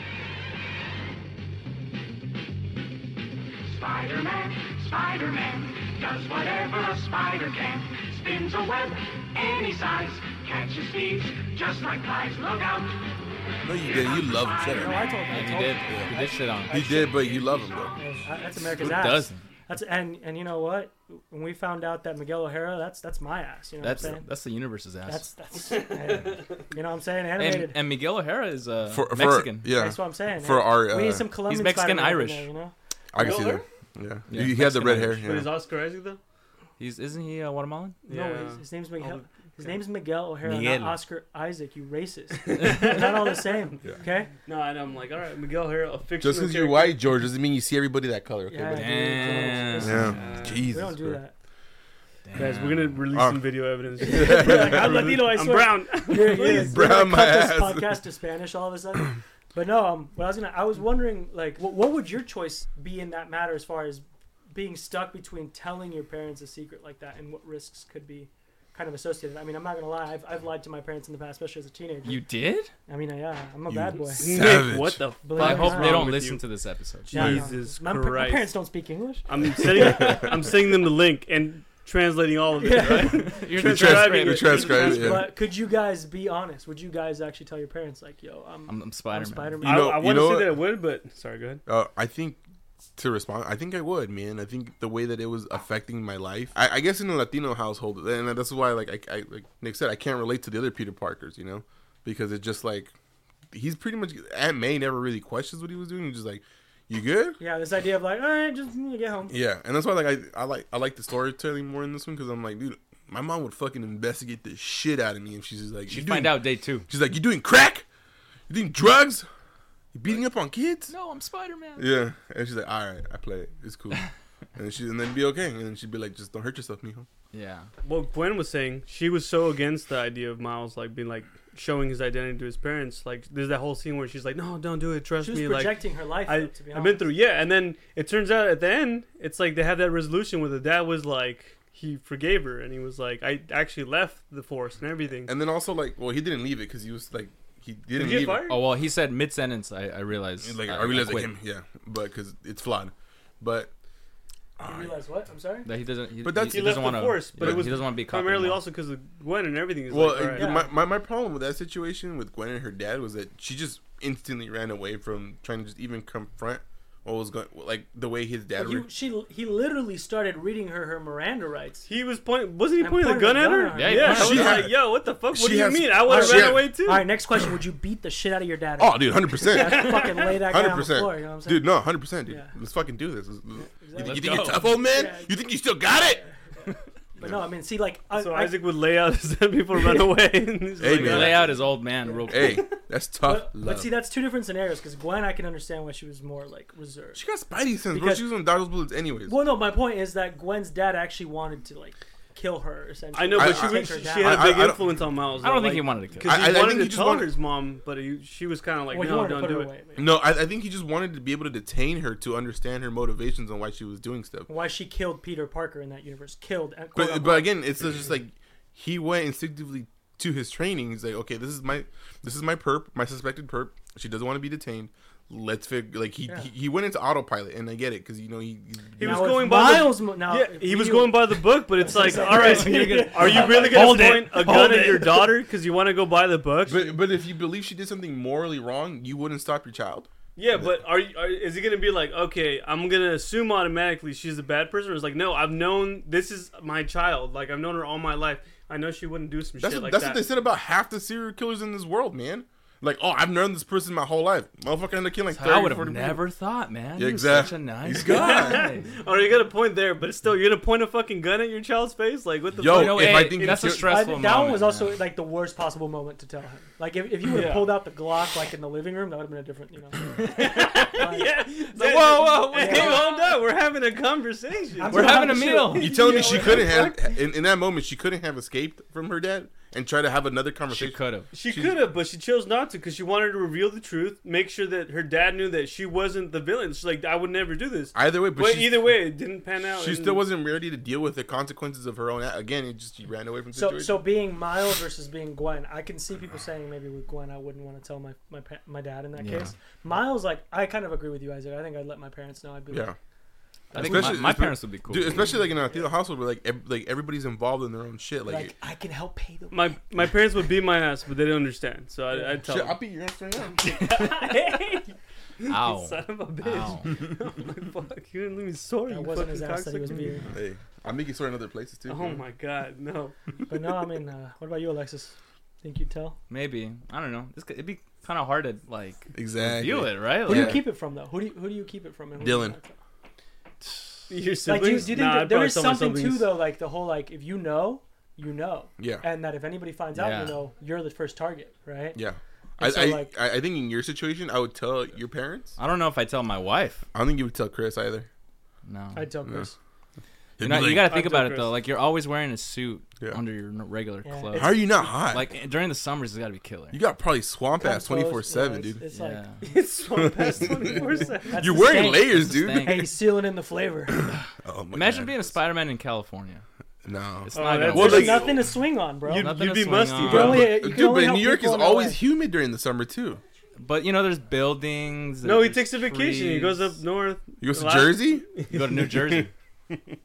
Spider-Man, Spider-Man, does whatever a spider can. Spins a web any size, catches thieves just like flies. Look out! no, you didn't. You love him. Shut No, up. I told And him. he I did. told He did shit on him. You did, but you love him though. him. That's America's Who ass. doesn't? That's and and you know what? When we found out that Miguel O'Hara, that's that's my ass. You know That's what I'm saying? that's the universe's ass. That's that's man. you know what I'm saying animated. And, and Miguel O'Hara is uh, For, for Mexican. yeah, that's what I'm saying. for man. our, we uh, need some Colombian Mexican Spider-Man in Irish. there, you know, I can see Miller? that. Yeah, Yeah, he has the Mexican red hair. Irish. But is Yeah. Oscar Isaac though? He's isn't he uh, Guatemalan? no, his, his name's Miguel. Oh, His okay. name's Miguel O'Hara, Miguel. not Oscar Isaac. You racist. They're not all the same. Yeah. Okay. No, I know. I'm like, all right, Miguel Hero, a fictional Just because you're white, George, doesn't mean you see everybody that color. Okay, Yeah, buddy? dude, Damn. it's- yeah. it's- Uh, Jesus. We don't do bro. that. Guys, we're gonna release Uh. some video evidence. Like, I'm Latino, I I'm swear. brown. You're, you're, Please, you're brown gonna cut my this ass. podcast to Spanish all of a sudden. But no, um, what I was gonna, I was wondering, like, what, what would your choice be in that matter as far as being stuck between telling your parents a secret like that and what risks could be kind of associated? I mean, I'm not gonna lie, I've, I've lied to my parents in the past, especially as a teenager. You did? I mean, uh, yeah, I'm a You bad boy. s- Nick, Savage. what the? Fuck Believe I it or is hope not. they wrong don't with listen you? to this episode. Yeah, no. Jesus my, pa- my Christ. parents don't speak English. I'm sending I'm sending them the link and translating all of it. Yeah. Right? You're We Transcribe transcribe, we it. transcribe it. Yeah. But could you guys be honest? Would you guys actually tell your parents, like, yo, I'm, I'm, I'm I'm Spider-Man. Spider-Man? You know- I, I you want to know say what? that I would, but sorry, go ahead. Uh, I think to respond, I think I would, man. I think the way that it was affecting my life, I, I guess in a Latino household, and that's why, like, I, I like Nick said, I can't relate to the other Peter Parkers, you know, because it's just like he's pretty much Aunt May never really questions what he was doing. He's just like, "You good?" yeah, this idea of like, all right, just mm, get home. Yeah, and that's why, like, I, I like I like the storytelling more in this one because I'm like, dude, my mom would fucking investigate the shit out of me if she's just like, She'd "You find doing- out day two. She's like, "You doing crack? You doing drugs? You beating up on kids?" No, I'm Spider-Man. Yeah, and she's like, "All right, I play it. It's cool." and then she and then be okay, and then she'd be like, "Just don't hurt yourself, mijo." Yeah. What Gwen was saying, she was so against the idea of Miles like being like showing his identity to his parents. Like there's that whole scene where she's like, "No, don't do it. Trust She was me." Like projecting her life, though, I, to be honest. I've been through, yeah. And then it turns out at the end, it's like they have that resolution where the dad was like, he forgave her, and he was like, I actually left the force and everything. And then also like, well, he didn't leave it because he was like, he Did didn't he get leave it. fired? Oh well, he said mid-sentence. I, I realized. He's Like, I realized like him, yeah, but because it's flawed, but You realize what? I'm sorry. That he doesn't. He, But that's- he, He left doesn't the want to. force, but it was he doesn't want to be a cop Primarily anymore. also because of Gwen and everything. Is well, like, all right. uh, yeah. my, my my problem with that situation with Gwen and her dad was that she just instantly ran away from trying to just even confront what was going like the way his dad. But you, re- she, he literally started reading her her Miranda rights. He was pointing. Wasn't he I'm pointing the gun at her? Yeah, he yeah. I pointed was the gun. like, yo, what the fuck? What She do you has- mean? I would have she ran had- away too. All right, next question: Would you beat the shit out of your dad? oh, dude, hundred percent. fucking lay that guy Hundred on the percent, floor. You know what I'm saying? dude. No, hundred percent, dude. Yeah. Let's fucking do this. Let's- You, Let's think you think go. you're tough, old man? Yeah. You think you still got it? But no, I mean, see, like, I, So I, Isaac would lay out his dead people run away. and he's Hey, like, man. uh, Lay out his old man real quick. Hey, that's tough. but, love. but see, that's two different scenarios. Because Gwen, I can understand why she was more like reserved. she got Spidey sense, bro. Because- She was on Dodgers bullets anyways. Well, no, my point is that Gwen's dad actually wanted to like kill her. Essentially, I know, I- but I- she, was, Take her she down. had I- a big I- I don't- influence on Miles. I don't though, think he like- wanted to kill. Because her. I- he I think wanted he to just tell wanted- his mom, but he, she was kind of like, Well, he no, wanted to don't put do her it. away. man. No, I, I think he just wanted to be able to detain her to understand her motivations and why she was doing stuff. Why she killed Peter Parker in that universe? Killed. uh, quote But unquote. but again, it's just like he went instinctively to his training. He's like, okay, this is my this is my perp, my suspected perp. She doesn't want to be detained. Let's figure. Like he, Yeah. he he went into autopilot, and I get it because you know he. He Now was if going by the- Miles. mo- now, Yeah, if he was you- going by the book, but it's like, all right, you're gonna- are you really going Hold to it. point a Hold gun at it. your daughter because you want to go buy the book? But but if you believe she did something morally wrong, you wouldn't stop your child. yeah, but are, you- are is he going to be like, okay, I'm going to assume automatically she's a bad person? Or it's like, no, I've known this is my child. Like I've known her all my life. I know she wouldn't do some That's shit what, like that's that. what they said about half the serial killers in this world, man. Like, oh, I've known this person my whole life. Motherfucker ended up killing like I 30, would have 40 people. never thought, man. He was exact- Such a nice He's guy. Or you're gonna point there, but still, you're gonna point a fucking gun at your child's face? Like, what the Yo, fuck? You know, if hey, I think that's a it's your- I, that stressful one moment, was also man. like the worst possible moment to tell him. Like if, if you would have Yeah. pulled out the Glock like in the living room, that would have been a different, you know. Like, yeah. It's like, Yeah. whoa, whoa, wait, Yeah. hold up. We're having a conversation. I'm We're having about to a shoot. meal. You telling me she couldn't have in, in that moment she couldn't have escaped from her dad and try to have another She conversation? could have. She could have, but she chose not to because she wanted to reveal the truth, make sure that her dad knew that she wasn't the villain. She's like, I would never do this. Either way, but, but she, either way, um, it didn't pan out. she and- still wasn't ready to deal with the consequences of her own. act. Again, it just she ran away from the So situation. so being Miles versus being Gwen, I can see people saying maybe with Gwen I wouldn't want to tell my my pa- my dad in that Yeah. case. Miles like I kind of agree with you Isaac. I think I'd let my parents know. I'd be yeah, like, I think my, Especially- my parents would be cool. dude, especially like in a theater household where like ev- like everybody's involved in their own shit. Like, like, I can help pay them. My my parents would beat my ass, but they didn't understand. So I, I'd tell shit, I'll them. beat your ass right now. Ow. Son of a bitch. Ow. I'm like, fuck, you didn't leave me sorry. That you wasn't his fucking ass that he was cocksucker. beating. hey, I'll make you sort in other places too. Oh my god, no. But no, I mean, uh, what about you, Alexis? Think you'd tell? Maybe. I don't know. This could, it'd be kind of hard to like exactly. view it, right? Who do Yeah. you keep it from though? Who do you, who do you keep it from? and who do you Dylan. not tell? Your Like, siblings? do you, do you think Nah, that I'd there probably is tell my something too siblings. though? Like the whole like if you know, you know, Yeah. and that if anybody finds out, Yeah. you know, you're the first target, right? Yeah. And I, so, I, like- I I think in your situation, I would tell your parents. I don't know if I tell my wife. I don't think you would tell Chris either. No. I'd tell Chris. You know, Like, you gotta think I'd about tell it though. Chris. Like you're always wearing a suit Yeah. under your n- regular Yeah. clothes. how are you not hot? Like Like during the summers, it's gotta be killer. you got probably swamp ass Come twenty close, four yeah, seven, it's- dude. It's yeah. like It's swamp ass 24 7. that's You're the wearing stank. layers, That's the dude. stank. Hey, he's sealing in the flavor. Oh my Imagine God. being a Spider-Man in California. no. It's Oh, not that's gonna Well, work. There's like- nothing to swing on, bro. You'd, Nothing you'd to be swing musty, on. bro. Bro, yeah, you dude, can but only New help York is people in always LA. humid during the summer too. But you know, there's buildings. No, he there's takes a vacation. He goes up trees. north. You go to Last- Jersey. You go to New Jersey.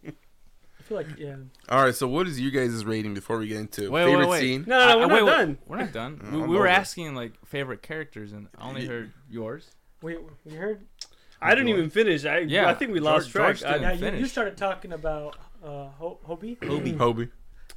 I feel like yeah. All right. So what is you guys' rating before we get into Wait, favorite wait, wait. scene? No, no, no, I- we're I- not wait, wait, done. We're not done. I'm We, we were over it. asking like favorite characters, and I only Yeah. heard yours. We we heard. I didn't even finish. I Yeah, I think we lost George- track. I, George Yeah, you, you finished. started talking about uh, Ho- Hobie. Hobie.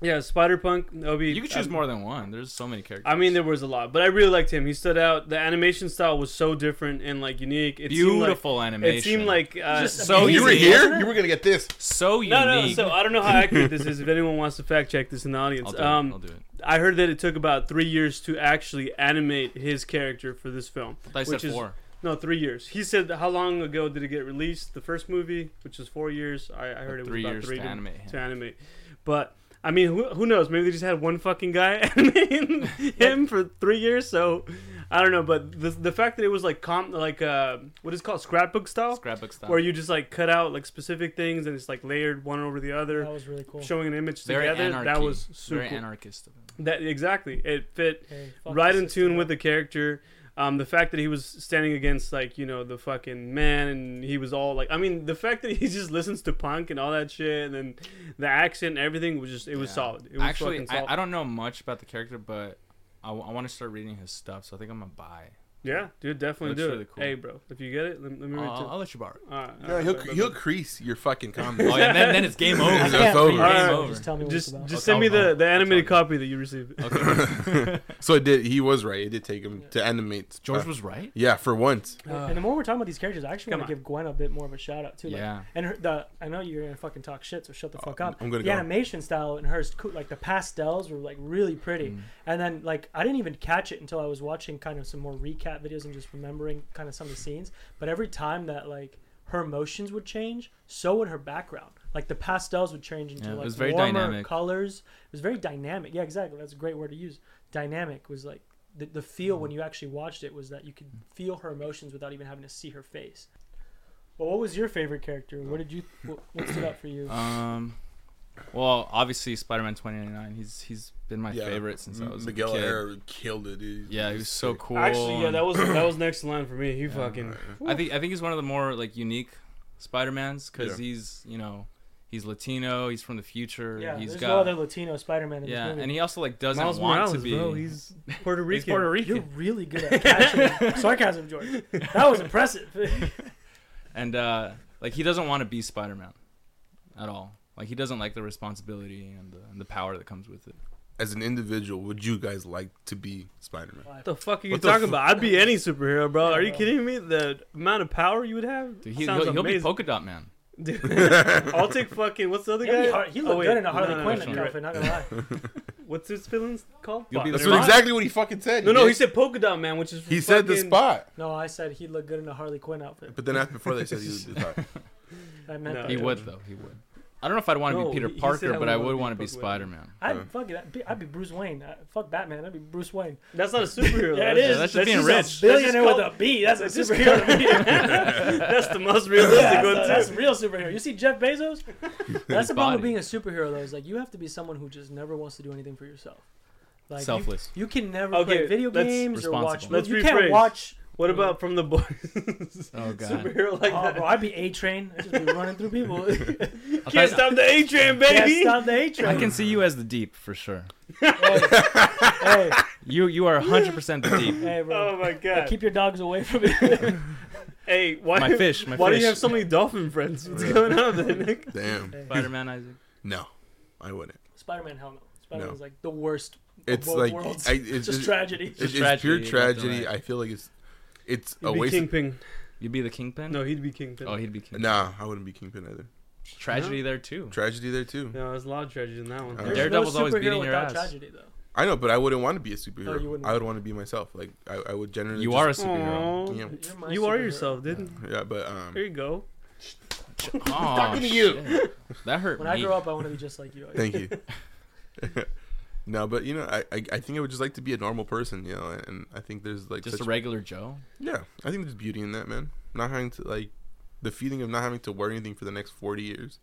yeah, Spider Punk, Obi. You could choose I, more than one. There's so many characters. um, I mean, there was a lot, but I really liked him. He stood out. The animation style was so different and like unique. It beautiful Seemed like, animation. it seemed like uh, Just So you amazing, were easy, here. wasn't it? You were gonna get this. so unique. no, no. So I don't know how accurate this is. If anyone wants to fact check this in the audience, I'll do um, it. I'll do it. I heard that it took about three years to actually animate his character for this film. I said which is- four. No, three years. He said how long ago did it get released? The first movie, which is four years. I, I heard it was Three about years three to animate him. To animate, but I mean, who, who knows? Maybe they just had one fucking guy animating him for three years. So I don't know. But the, the fact that it was like comp, like uh, what is it called scrapbook style, Scrapbook style. Oh. where you just like cut out like specific things and it's like layered one over the other, That was really cool. showing an image Oh. Very together. anarchy. That was super. Very cool. anarchist. Of him. That exactly. It fit Hey, fuck right the in system, tune with bro. the character. Um, the fact that he was standing against like you know the fucking man, and he was all like, I mean, the fact that he just listens to punk and all that shit, and then the accent, and everything was just it was Yeah. solid. It was Actually, fucking solid. I, I don't know much about the character, but I, want to start reading his stuff, so I think I'm gonna buy. Yeah, dude, definitely That's do really it. cool. Hey, bro, if you get it, let, let me Uh, read it. I'll All let you borrow it. right, all Yeah, right, he'll bro, bro, he'll bro. crease your fucking comments. Oh yeah, then, then it's game over. That's Game over. over. Alright. Just tell me what Just, just it's about. Okay, send me I'll- I'll- the, the I'll animated tell you. copy that you received. Okay. So it did. He was right. It did take him to animate. George uh, was right. Yeah, for once. Yeah, and the more we're talking about these characters, I actually Come want to on. give Gwen a bit more of a shout out too. Like, Yeah. And her, the I know you're gonna fucking talk shit, so shut the fuck up. I'm gonna the go. animation style in hers, cool. Like the pastels were like really pretty. And then like I didn't even catch it until I was watching kind of some more recap videos and just remembering kind of some of the scenes. But every time that like her motions would change, so would her background. Like the pastels would change into Yeah, it like was very warmer dynamic. colors. It was very dynamic. Yeah, exactly. That's a great word to use. Dynamic was like the, the feel Mm. when you actually watched it was that you could feel her emotions without even having to see her face. Well, what was your favorite character? What did you? What, what stood out for you? Um, well, obviously Spider-Man 2099. He's he's been my Yeah. favorite since I was Miguel a kid. Herrera killed it. dude. Yeah, he was so sick. cool. Actually, yeah, and- that was that was next in line for me. He fucking I think I think he's one of the more like unique Spider-Mans because Yeah. he's you know he's Latino, he's from the future, yeah, he's there's got no other Latino Spider-Man in yeah, this movie. and he also like doesn't Miles want Morales, to be. bro. He's Puerto Rican. He's Puerto You're Rican, really good at catching sarcasm, George. That was impressive. and uh, like he doesn't want to be Spider-Man at all. Like he doesn't like the responsibility and the, and the power that comes with it. As an individual, would you guys like to be Spider Man? What the fuck are you What the talking fu- about? I'd be any superhero, bro. Are you bro. kidding me? The amount of power you would have Dude, he, sounds he'll, he'll be amazing. Polka Dot Man. Dude, I'll take fucking what's the other He had guy? a har- he Oh, looked wait, good in a Harley no, no, Quinn no, outfit. you're right. Not gonna lie. What's his villain's called? You'll be Fuck. That's the what spot. exactly what he fucking said. No, no, dick. he said polka dot man, which is he said the fucking- spot. No, I said he looked good in a Harley Quinn outfit. But then after before they said he was the spot. I meant No. that. He would though. He would. I don't know if I'd want to No, be Peter he- he said Parker, I but I would would wanna want be to be Polka Dot. Spider-Man. Yeah. I'd fuck it. I'd be, I'd be Bruce Wayne. I, fuck Batman. I'd be Bruce Wayne. That's not a superhero. Yeah, it that's is. just- that's just being a rich. billionaire That's just with a B. That's a that's just superhero. to me. That's the most realistic Yeah, one. so too. that's a real superhero. You see Jeff Bezos? That's the problem body. with being a superhero, though. Is like you have to be someone who just never wants to do anything for yourself. Like you- Selfless. You, can never Okay, play video let's- games or watch. Responsible. Let's you can't rephrase. watch. What about from the boys? Oh god. superhero like Oh, that. bro, I'd be A Train. I'd just be running through people. Can't stop the A train, Can't baby. stop the A I Train. can see you as the deep for sure. Hey, You you are 100% the deep. hey, Oh bro. my god. Keep your dogs away from me. Hey, why? My fish, my why do fish. you have so many dolphin friends? What's going on there, Nick? Damn. Spider-Man Isaac? No, I wouldn't. Spider-Man, hell no. Spider-Man's No. like the worst. It's both like worlds. I, it's just tragedy. It's, Just it's pure tragedy, tragedy. left and I feel like it's it's He'd a be waste. of- Kingpin. You'd be the kingpin? No, he'd be Kingpin. Oh, he'd be kingpin. Nah, I wouldn't be Kingpin either. Tragedy there too. Tragedy there too. no, there's a lot of tragedy in that one. Alright. Daredevil's no always superhero beating your without ass. Tragedy, though. I know, but I wouldn't want to be a superhero. you wouldn't. I would want to be myself. Like I, I would generally. You just- are a superhero. Aw. Yeah. You're my You are superhero. yourself, dude. Yeah, but um, There you go. Oh, talking to you. shit. That hurt When me. I grow up, I want to be just like you. thank you. no, but you know, I, I I think I would just like to be a normal person, you know, and I think there's like Just a such- regular Joe. yeah, I think there's beauty in that, man. Not having to like the feeling of not having to wear anything for the next forty years,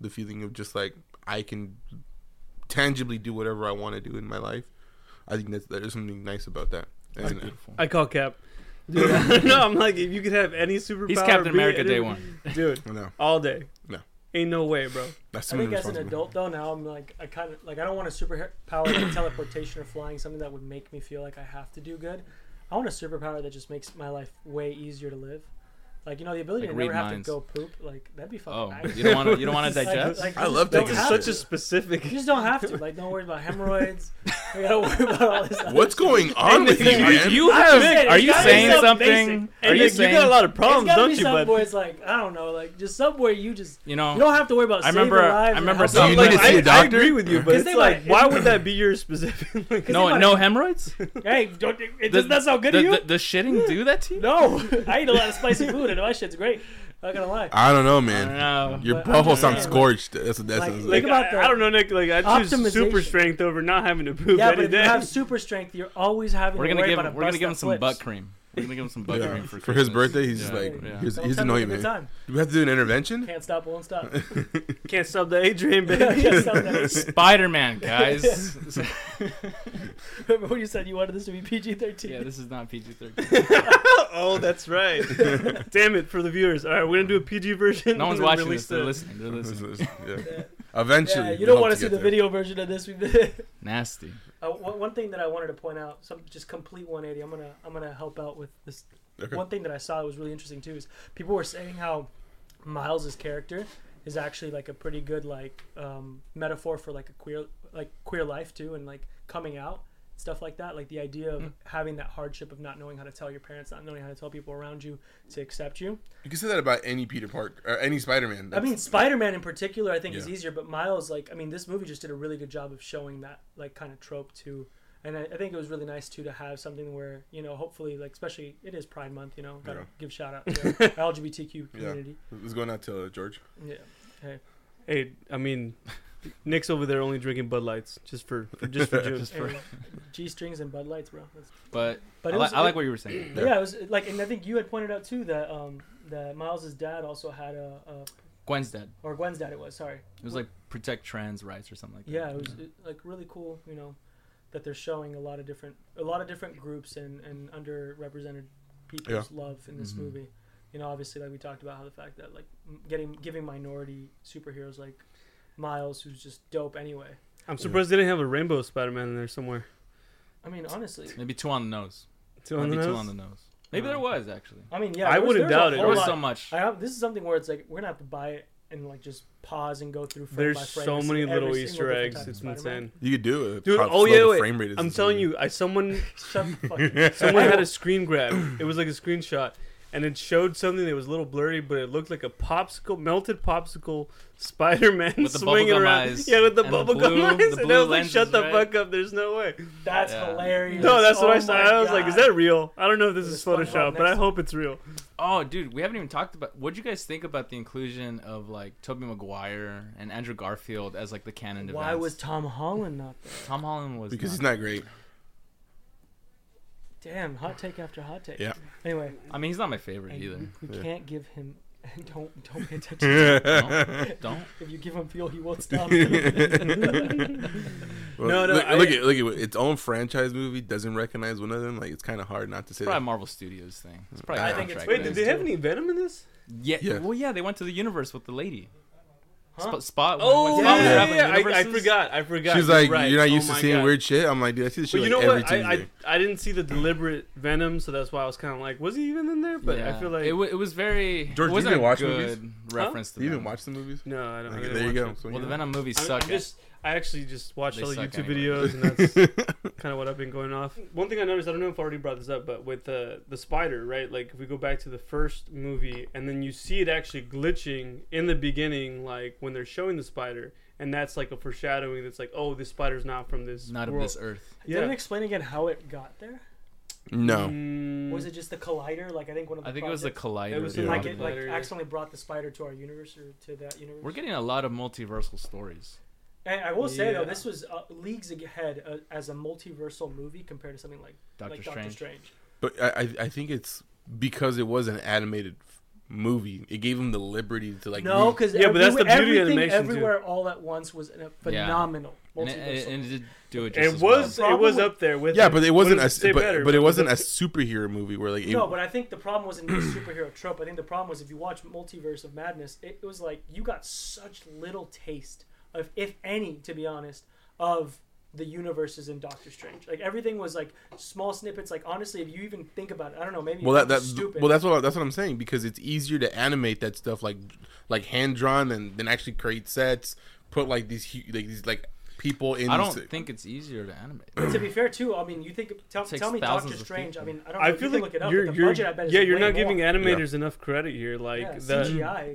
the feeling of just like I can tangibly do whatever I want to do in my life. I think that's there's something nice about that. That's And, uh, beautiful. I call Cap. Dude, no, I'm like, if you could have any superpower, He's Captain be America it- day one. dude, no, all day. No. ain't no way, bro. that's I something think as an responsible. adult, though, now I'm like, I kind of like, I don't want a superpower like teleportation or flying, something that would make me feel like I have to do good. I want a superpower that just makes my life way easier to live. Like you know, the ability Like to never read have minds. to go poop, like that'd be fucking Oh, nice. you don't want to. You don't want to Like- digest. like, I you love just that don't This is have concept. such to. a specific. You just don't have to. Like, don't worry about hemorrhoids. You gotta worry about all this. other What's going on with you, Are man? you I'm have? saying, are it's you gotta be saying something something? basic. Are And you Nick, saying? you got a lot of There's problems, gotta don't be you, some bud? where it's like I don't know, like just some where you just You know, you don't have to worry about. I remember- saving lives I and remember helping some- Do you Like, need to I, see a I doctor? agree with you, but 'Cause it's they like, like- why would that be your specific? Like, you no, might- no hemorrhoids. Hey, don't, it The- doesn't that sound good the, to you? The, the shitting do that to you? no, I eat a lot of spicy food, and my shit's great. Not gonna lie. I don't know, I man. don't know. Your But I'm butthole just sounds saying, scorched. That's that's. like- that's- like- Think about I- that. I don't know, Nick. Like, I choose super Optimization. strength over not having to poop yeah, but any if you day. have super strength, you're always having We're to gonna worry give. about a Him, we're gonna bust give that him some flips. butt cream. We're gonna give him some butt Yeah. cream for, for, his Christmas. birthday, he's just Yeah, like, yeah. he's, Don't he's tell me annoying, every man. time. Do we have to do an intervention? Can't stop, won't stop. Can't stop the Adrian, Can't baby. stop that. Spider-Man, guys. Remember when you said you wanted this to be PG-13? yeah, this is not PG-13. oh, that's right. Damn it for the viewers. All right, we're gonna do a PG version. No and one's then watching release this. They're the- listening. They're listening. Yeah. Eventually, Yeah, we you don't hope want to to see get the there. video version of this. We did. Nasty. Uh, one, one thing that I wanted to point out, some just complete 180. I'm gonna I'm gonna help out with this. Okay. One thing that I saw that was really interesting too is people were saying how Miles's character is actually like a pretty good like um, metaphor for like a queer like queer life too, and like coming out stuff like that. Like the idea of having that hardship of not knowing how to tell your parents, not knowing how to tell people around you to accept you. You can say that about any Peter Park or any Spider Man. I mean, Spider Man in particular, I think is Yeah. easier, but Miles, like, I mean, this movie just did a really good job of showing that, like, kind of trope too. And I, I think it was really nice too to have something where you know, hopefully, like, especially it is Pride Month, you know, gotta Yeah. give shout out to the LGBTQ yeah, community. This is going out to uh, George. Yeah. Hey, Hey, I mean, Nick's over there only drinking Bud Lights just for, for just for June. Just for, hey, G strings and Bud Lights, bro. That's- but But I, it li- was, I like it- what you were saying. Yeah. yeah, it was like, and I think you had pointed out too that um that Miles's dad also had a, a Gwen's dead. or Gwen's dad it was sorry It was like protect trans rights or something like that. yeah it was it, like really cool you know that they're showing a lot of different a lot of different groups and and underrepresented people's love in this Mm-hmm. Mhm. movie you know obviously like we talked about how the fact that like m- getting giving minority superheroes like miles who's just dope anyway I'm surprised they didn't have a rainbow Spider-Man in there somewhere. i mean honestly Maybe two on the nose. Two on the Maybe two nose? on the nose. Maybe there was actually. i mean yeah I there was- wouldn't there was doubt a it. There whole was lot- so much. I have, this is something where it's like we're gonna have to buy it and like just pause and go through frame by There's frame so to see many every little single Easter different eggs. type of It's Spider-Man. insane. You could do it. Dude, How oh slow yeah, the wait. frame rate is I'm in this telling movie. you, I someone Shut the fuck up. someone had a screen grab. It was like a screenshot, and it showed something that was a little blurry, but it looked like a popsicle, melted popsicle Spider-Man With the swinging bubblegum around. eyes Yeah, with the and the bubblegum blue- eyes. the and I blue was like, "Shut lenses, the right? fuck up! There's no way." That's Yeah. hilarious. No, that's what Oh I saw. my I was like, God. "Is that real?" I don't know if this With is the SpongeBob Photoshop, but I next- hope it's real. Oh, dude, we haven't even talked about. What would you guys think about the inclusion of like Tobey Maguire and Andrew Garfield as like the canon? Why events? was Tom Holland not there? Tom Holland was because because he's not great. Damn, hot take after hot take. Yeah. Anyway, I mean, he's not my favorite and either. we, we Yeah. can't give him. Don't don't pay attention. to him. no, Don't. if you give him fuel, he won't stop. No, no, look, I- look at look at its own franchise movie doesn't recognize one of them. Like it's kind of hard not to say Probably that. a Marvel Studios thing. It's probably I a think it's- contract Wait, thing. did they have any Venom in this? Yeah, Yeah. Well, yeah, they went to the universe with the lady. Huh? Sp- Spot. when- when Oh, Spot yeah, was yeah, traveling yeah, I, I universes. forgot. I forgot. She's You're like, right. you're not Oh used my to seeing God. weird shit. I'm like, dude, I see this But shit you like know every what? I, I Tuesday. I didn't see the deliberate Venom, so that's why I was kind of like, was he even in there? But I Yeah. feel like it, w- it was very. George, it you wasn't even a watch good reference to you Venom. even watch the movies? no, I don't. I Okay, didn't there you watch go. it. So, Well, yeah. the Venom movies I, suck. I just I actually just watched They all the suck YouTube anyway. videos, and that's kind of what I've been going off. One thing I noticed, I don't know if I already brought this up, but with uh, the spider, right? Like if we go back to the first movie, and then you see it actually glitching in the beginning, like when they're showing the spider, and that's like a foreshadowing. That's like, oh, this spider's not from this. not of world. this earth. Yeah. Didn't explain again how it got there. No, Mm, Was it just the collider? Like I think one of the I think it was the projects- collider. It was dude. the like collider, it like yeah. accidentally brought the spider to our universe or to that universe. We're getting a lot of multiversal stories. And I will say though, Yeah. this was uh, leagues ahead uh, as a multiversal movie compared to something like Doctor like Doctor Strange. Strange. but I I- I think it's because it was an animated f- movie. It gave him the liberty to like. no, move. because Yeah, but that's the beauty of everything, animation, too. everywhere all at once was a phenomenal And it, multiversal. and it- and it did do it. Just It as was well. it was Probably- up there with yeah, but it wasn't What a does say but, better? but it What does wasn't a superhero movie where like it, No, but I think the problem wasn't the superhero trope. I think the problem was if you watch Multiverse of Madness, it was like you got such little taste of, if any, to be honest, of the universes in Doctor Strange. Like everything was like small snippets. Like honestly, if you even think about it, I don't know. Maybe well that, that's that stupid. well that's what that's what I'm saying because it's easier to animate that stuff like like hand drawn and then actually create sets, put like these hu- like these like people in. I these- don't think it's easier to animate. to be fair, too. I mean, you think tell, Takes tell me thousands Doctor of Strange. I people. mean, I don't. Know, I you feel can like look it up, you're, but the you're budget, I bet, is yeah, you're way not giving more. animators enough credit here. Like Yeah, the CGI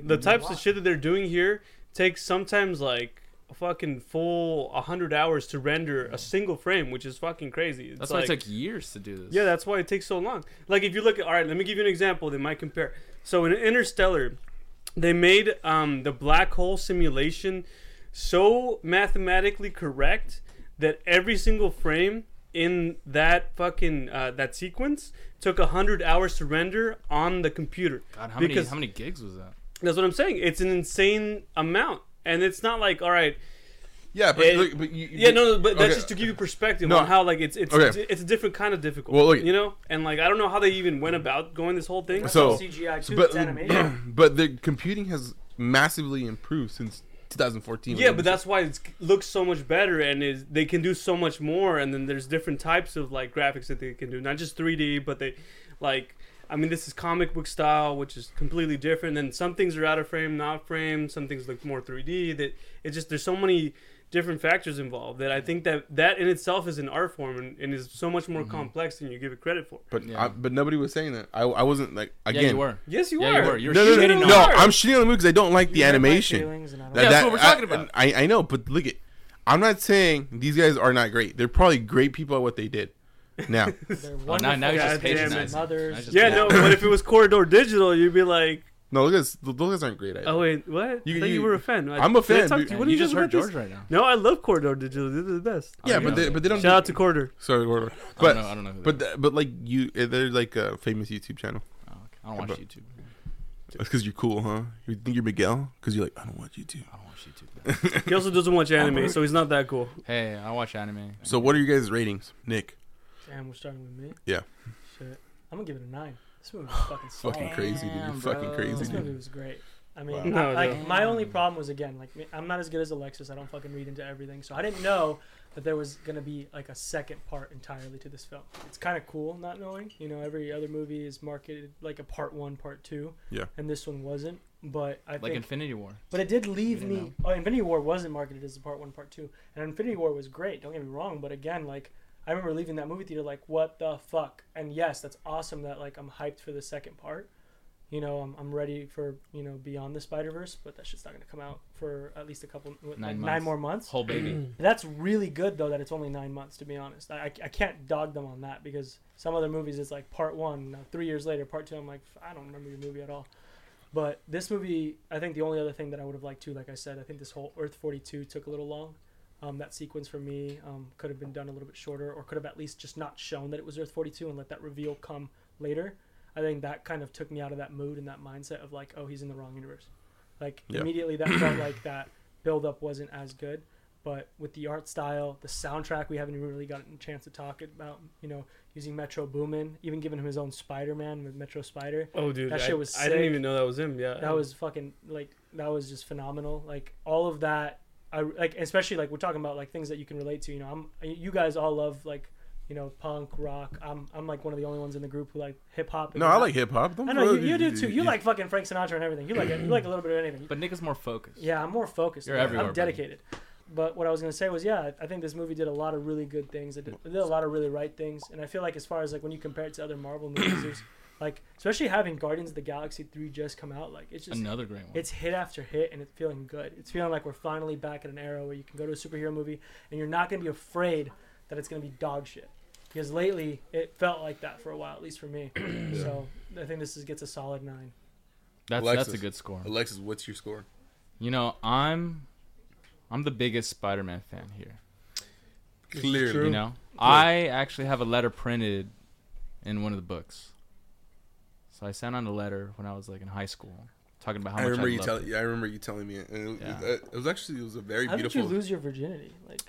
the means a types of lot. shit that they're doing here takes sometimes like a fucking full 100 hours to render a single frame, which is fucking crazy. It's That's like, why it took years to do this. Yeah, that's why it takes so long. Like if you look at all right, let me give you an example that might compare. So in Interstellar, they made um, the black hole simulation so mathematically correct that every single frame in that fucking uh, that sequence took a hundred hours to render on the computer. God, how many Because- how many gigs was that? That's what I'm saying. It's an insane amount, and it's not like all right. yeah, but, It- look, but you, Yeah, no, no, but that's okay. just to give you perspective No, on how like it's it's okay. it's a different kind of difficult. Well, look- you know, and like I don't know how they even went about going this whole thing. That's So- all CGI too. but it's animation. but the computing has massively improved since 2014. Yeah, whatever but the that's why it looks so much better, and is they can do so much more. And then there's different types of like graphics that they can do, not just 3D, but they, like, I mean, this is comic book style, which is completely different. And some things are out of frame, not frame. Some things look more 3D. That it's just there's so many different factors involved that I think that that in itself is an art form and, and is so much Mm-hmm. more complex than you give it credit for. But Yeah. I, but nobody was saying that. I, I wasn't like again. Yeah, you were. Yes, you Yeah, are. you were. You were No, no, no, shitting no, on no, it. I'm shitting on the movie because I don't like the You hurt my animation. feelings and I don't- That- That's that- what we're talking I- about. I, I know, but look at. I'm not saying these guys are not great. They're probably great people at what they did. Now, They're Oh, now, now wonderful God he's just damn it. guys, patronizing. Mothers. Now he's just yeah, no. But if it was Corridor Digital, you'd be like, no, look at this. Those guys aren't great. Either. oh wait, what? You- You, I thought you, you- were a fan. I- I'm a did I fan, talk to dude. you? Man, What you did you just guys heard about this? George right now. No, I love Corridor Digital. They're the best. yeah, Oh, but yeah. they but they don't. Shout do- out to Corridor. Sorry, Gordo. I don't But know. I don't know who but that th- but like you, eh, they're like a famous YouTube channel. is. Oh, okay. I don't watch but- YouTube. That's because you're cool, huh? You think you're Miguel? Because you're like I don't watch YouTube. I don't watch YouTube. He also doesn't watch anime, so he's not that cool. hey, I watch anime. So what are you guys' ratings, Nick? Damn, we're starting with me. Yeah. Shit. I'm gonna give it a nine. This movie was fucking solid. Fucking crazy, dude. You're Damn, fucking bro. crazy, This dude. movie was great. I mean, Wow. No, I- like no. my only problem was again, like me- I'm not as good as Alexis. I don't fucking read into everything, so I didn't know that there was gonna be like a second part entirely to this film. It's kind of cool not knowing. You know, every other movie is marketed like a part one, part two. Yeah. And this one wasn't, but I Like think Infinity War. But it did leave We me. didn't Oh, Infinity War wasn't marketed as a part one, part two, and Infinity War was great. Don't get me wrong, but again, like I remember leaving that movie theater like, what the fuck? And yes, that's awesome that like I'm hyped for the second part. You know, I'm, I'm ready for you know Beyond the Spider Verse, but that shit's not gonna come out for at least a couple like, Nine nine, months. more months. Whole baby. That's really good though that it's only nine months. To be honest, I, I, I can't dog them on that because some other movies it's like part one, now three years later, part two. I'm like "F- I don't remember your movie at all. But this movie, I think the only other thing that I would have liked too, like I said, I think this whole Earth 42 took a little long. Um, that sequence for me um, could have been done a little bit shorter, or could have at least just not shown that it was Earth 42 and let that reveal come later. I think that kind of took me out of that mood and that mindset of like, oh, he's in the wrong universe. Like Yeah. immediately that felt like that build up wasn't as good. But with the art style, the soundtrack, we haven't even really gotten a chance to talk about. You know, using Metro Boomin, even giving him his own Spider-Man with Metro Spider. Oh, dude, That I, shit was I didn't sick. even know that was him. Yeah, That was fucking like that was just phenomenal. Like all of that, I like especially like we're talking about like things that you can relate to. You know, I'm you guys all love like you know punk rock. I'm I'm like one of the only ones in the group who like hip hop. No, I like hip hop. Don't I know throw- you, you do too. You like fucking Frank Sinatra and everything. You like it. You like a little bit of anything. But Nick is more focused. Yeah, I'm more focused. You're Yeah, everywhere, I'm buddy. dedicated. But what I was gonna say was, yeah, I think this movie did a lot of really good things. It did, it did a lot of really right things, and I feel like as far as like when you compare it to other Marvel movies, there's, like especially having Guardians of the Galaxy three just come out, like it's just Another great one. it's hit after hit and it's feeling good. It's feeling like we're finally back at an era where you can go to a superhero movie and you're not going to be afraid that it's going to be dog shit. Because lately it felt like that for a while, at least for me. So I think this is, gets a solid nine. that's Alexis. that's a good score. Alexis, what's your score? You know, I'm I'm the biggest Spider-Man fan here. Clearly, true. You know, I actually have a letter printed in one of the books. So I sent out a letter when I was like in high school, talking about how I much I remember you loved telling. it. Yeah, I remember you telling me it. And it, Yeah. was- it was actually it was a very How did you beautiful. lose your virginity? Like,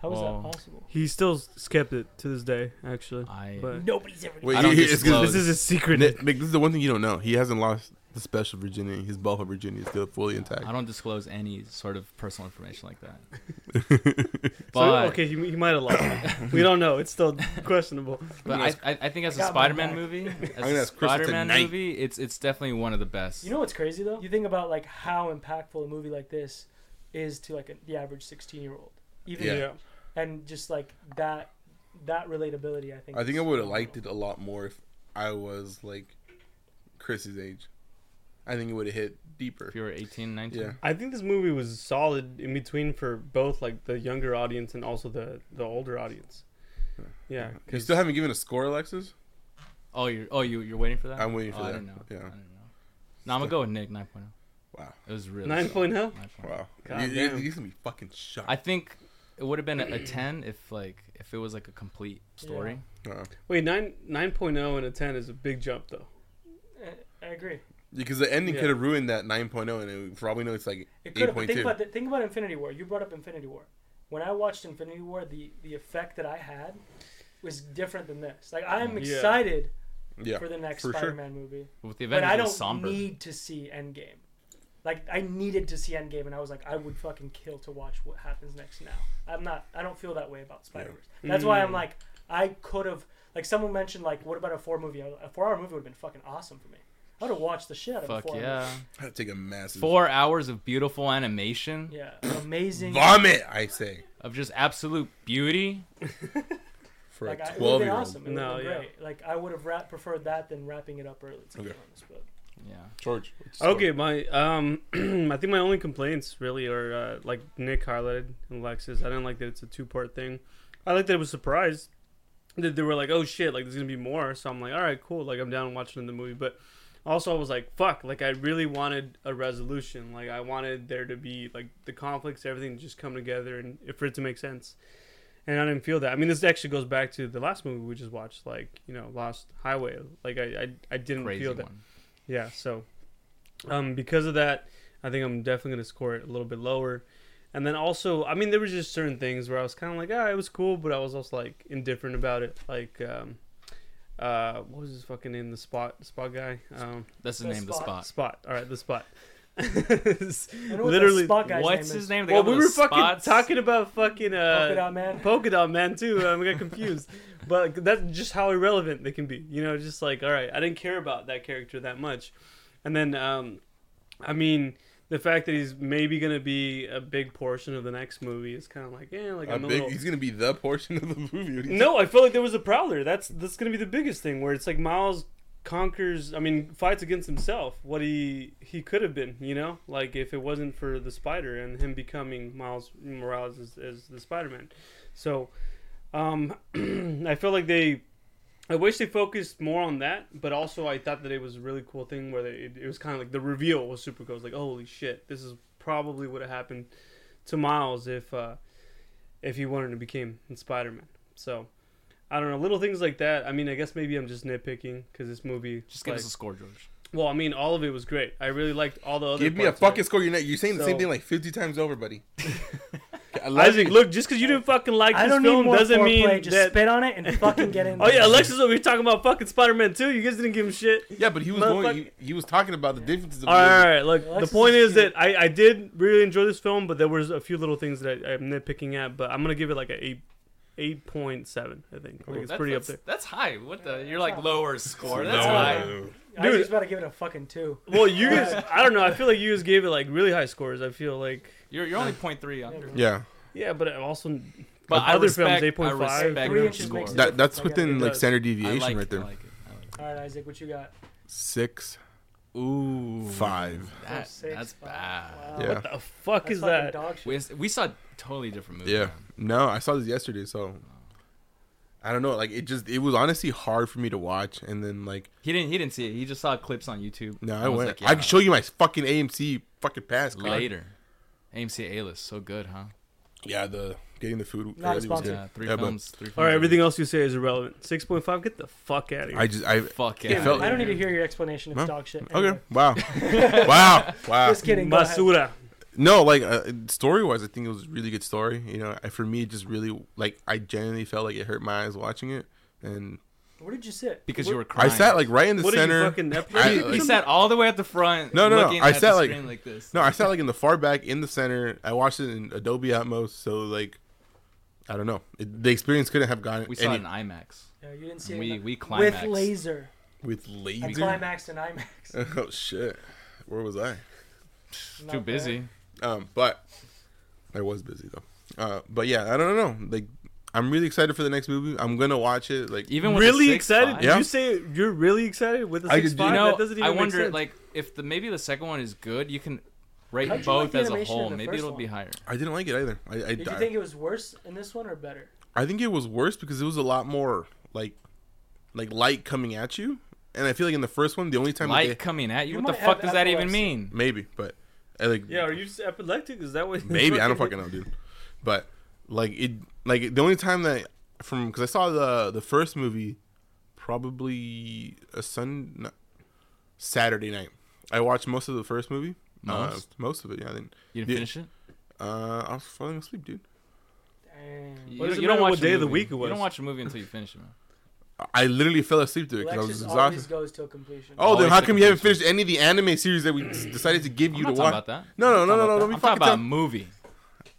how is Well, that possible? he still kept it to this day, actually. I But Nobody's ever. Wait, I don't he- he- it's 'cause disclose. this is a secret. Nick, Nick, this is the one thing you don't know. He hasn't lost the special virginity. His ball of virginity is still fully intact. I don't disclose any sort of personal information like that. So, but okay, he, he might have lost. it. we don't know. It's still questionable. but I, I, I think as I a got mine Spider-Man back. movie, gonna as a ask Crystal Spider-Man tonight. movie, it's it's definitely one of the best. You know what's crazy though? You think about like how impactful a movie like this is to like a, the average 16 year old, even Yeah. and just like that that relatability. I think. I think I is would have phenomenal. liked it a lot more if I was like Chris's age. I think it would have hit deeper. if you were 18, 19. Yeah. I think this movie was solid in between for both like the younger audience and also the the older audience. Yeah, You because still haven't given a score, Alexis. Oh, you're oh you you're waiting for that. I'm waiting for oh, that. I don't know. Yeah. I don't know. No, I'm gonna go with Nick 9.0. Wow. It was really nine solid. point oh. 9.0. Wow. God You- you- damn. You're gonna be fucking shocked. I think it would have been a, a 10 if like if it was like a complete story. Uh, Wait, nine nine point oh and a ten is a big jump though. Eh, I I agree. because the ending Yeah. could have ruined that 9.0, and it, for all we know, it's like It could have, but think 8.2. about the, think about Infinity War. You brought up Infinity War. When I watched Infinity War, the the effect that I had was different than this. Like I am Yeah. excited yeah. for the next for sure. Spider-Man movie, With the but Avengers, I it don't was somber. need to see Endgame. Like I needed to see Endgame, and I was like, I would fucking kill to watch what happens next. Now I'm not. I don't feel that way about Spider Verse. That's why I'm like, I could have. Like someone mentioned, like what about a four movie? I was- A four hour movie would have been fucking awesome for me. I would have watched the shit out of a Fuck four hour yeah. movie. I'd take a massive Four hours of beautiful animation, Yeah, amazing. vomit. I say of just absolute beauty. for Like a I, it would have twelve been year old. awesome. It would No, have been yeah. great. Like I would have ra- preferred that than wrapping it up early. To be Okay. honest, but Yeah. George. what's your Okay, my um, I think my only complaints really are uh, like Nick highlighted and Alexis. I didn't like that it's a two part thing. I like that it was surprised that they were like, oh shit, like there's gonna be more. So I'm like, all right, cool. Like I'm down watching the movie, but also I was like, fuck. Like I really wanted a resolution. Like I wanted there to be like the conflicts, everything to just come together and for it to make sense. And I didn't feel that. I mean, this actually goes back to the last movie we just watched, like you know, Lost Highway. Like I, I, I didn't Crazy feel one. that. Yeah, so um, because of that, I think I'm definitely going to score it a little bit lower. And then also, I mean, there was just certain things where I was kind of like, ah, it was cool, but I was also like indifferent about it. Like, um, uh, what was his fucking name? The spot, spot guy. Um, That's the, The name of the spot. spot. spot. All right, the spot. I know what the Literally. Spot guy's What's name his is. name? The Well, guy we with were the fucking spots? talking about fucking uh, Polka dot man. polka dot man too. Um, I got confused, but that's just how irrelevant they can be. You know, just like all right, I didn't care about that character that much, and then um, I mean. The fact that he's maybe gonna be a big portion of the next movie is kind of like, eh, like A I'm a big, little. he's gonna be the portion of the movie. What do you No, I feel like there was a prowler. That's that's gonna be the biggest thing where it's like Miles conquers. I mean, fights against himself. What he he could have been, you know, like if it wasn't for the spider and him becoming Miles Morales as, as the Spider Man. So, um, I feel like they. I wish they focused more on that, but also I thought that it was a really cool thing where they, it, it was kind of like the reveal was super cool. It was like, holy shit, this is probably what happened to Miles if uh, if he wanted to become Spider Man. So I don't know, little things like that. I mean, I guess maybe I'm just nitpicking because this movie. Just give like- us a score, George. well, I mean, all of it was great. I really liked all the other. Give me a parts of it. fucking score. You're not. You're saying the So- same thing like fifty times over, buddy. I love Isaac, you. look, just because you didn't fucking like I this don't need film more doesn't mean foreplay. Just that. spit on it and fucking get in. Oh yeah, there. Alexis over here talking about fucking Spider Man 2. You guys didn't give him shit. Yeah, but he was Motherfuck- going. He, he was talking about the differences. Of All right, all right, look. Alexis the point is is that I, I did really enjoy this film, but there was a few little things that I, I'm nitpicking at. But I'm gonna give it like a eight, eight point seven. I think like it's That- pretty up that's, there. That's high. What the? You're like lower score. That's No, high. no, no. I Dude. was about to give it a fucking two. Well, you guys, I don't know. I feel like you guys gave it like really high scores. I feel like You're you're only 0.3 under. Yeah, yeah, but I'm also But Like I other respect, films, 8.5. I respect Three your inches score. makes a that that's I got within it. like Does. standard I deviation like right it, I there. like it, I like All right, Isaac, what you got? Six, it. Ooh, five. That, six, that's five. bad. Wow. Yeah, Oh, the fuck That's is fucking that? Dog shit. We, we saw totally different movies. yeah. No, I saw this yesterday, so I don't know. Like it just it was honestly hard for me to watch, and then like He didn't. He didn't see it. He just saw clips on YouTube. no, And I, was went. like, yeah, I can show you my fucking AMC fucking pass card. later. AMC A list, so good, huh? Yeah, the getting the food Not early was sponsored. good. Yeah, three Yeah, but- films. Three films. All right, everything else you say is irrelevant. Six point five. Get the fuck out of here. I just I Fuck It yeah. felt- I don't need to hear your explanation. It's No. dog shit. okay. Anyway, Wow, wow, wow. Just kidding. go ahead. Basura. No, like uh, story wise, I think it was a really good story. You know, I, for me, it just really like I genuinely felt like it hurt my eyes watching it, and Where did you sit? because What- you were crying. I sat like right in the What did center. you fucking Netflix? I- like- or He something? sat all the way at the front. No, no, no. looking I at sat, the like- screen like this. No, I sat like in the far back in the center. I watched it in Adobe Atmos, so like, I don't know. It, the experience couldn't have gone we saw any it in IMAX. Yeah, you didn't see it. We- enough. we with climaxed. laser. with I laser. climaxed and IMAX. Oh shit, where was I? Not Too there. busy. Um, but I was busy though. Uh, but yeah, I don't know. Like, I'm really excited for the next movie. I'm gonna watch it. Like, Even with the Really six excited? five- Yeah. You say you're really excited with the I six did- five? You No, that doesn't even I make wonder sense. like if the maybe the second one is good, you can rate How'd you like both the as a animation in whole. the Maybe first it'll one? be higher. I didn't like it either. I I, Did you I- think it was worse in this one or better? I think it was worse because it was a lot more like like light coming at you, and I feel like in the first one, the only time Light they, coming at you. You what the might fuck have does that even epilepsy. mean? maybe, but I, like yeah, are you just epileptic? Is that what? maybe I don't fucking know, dude. But like it, like the only time that from because I saw the the first movie probably a Sun no, Saturday night. I watched most of the first movie. Uh, Most? most of it, yeah. I didn't. You didn't Yeah. finish it. Uh, I was falling asleep, dude. Dang. You, does it don't- you don't matter watch what a day of the movie. week it You was? don't watch a movie until you finish it, man. I literally fell asleep to it because I was Alexis always exhausted. goes till completion. Oh, then Always how the come you haven't completion. finished any of the anime series that we decided to give I'm you not to talking watch? about that. No, no, no, I'm talking no, about no. that. Don't be I'm talking fucking about a telling. movie.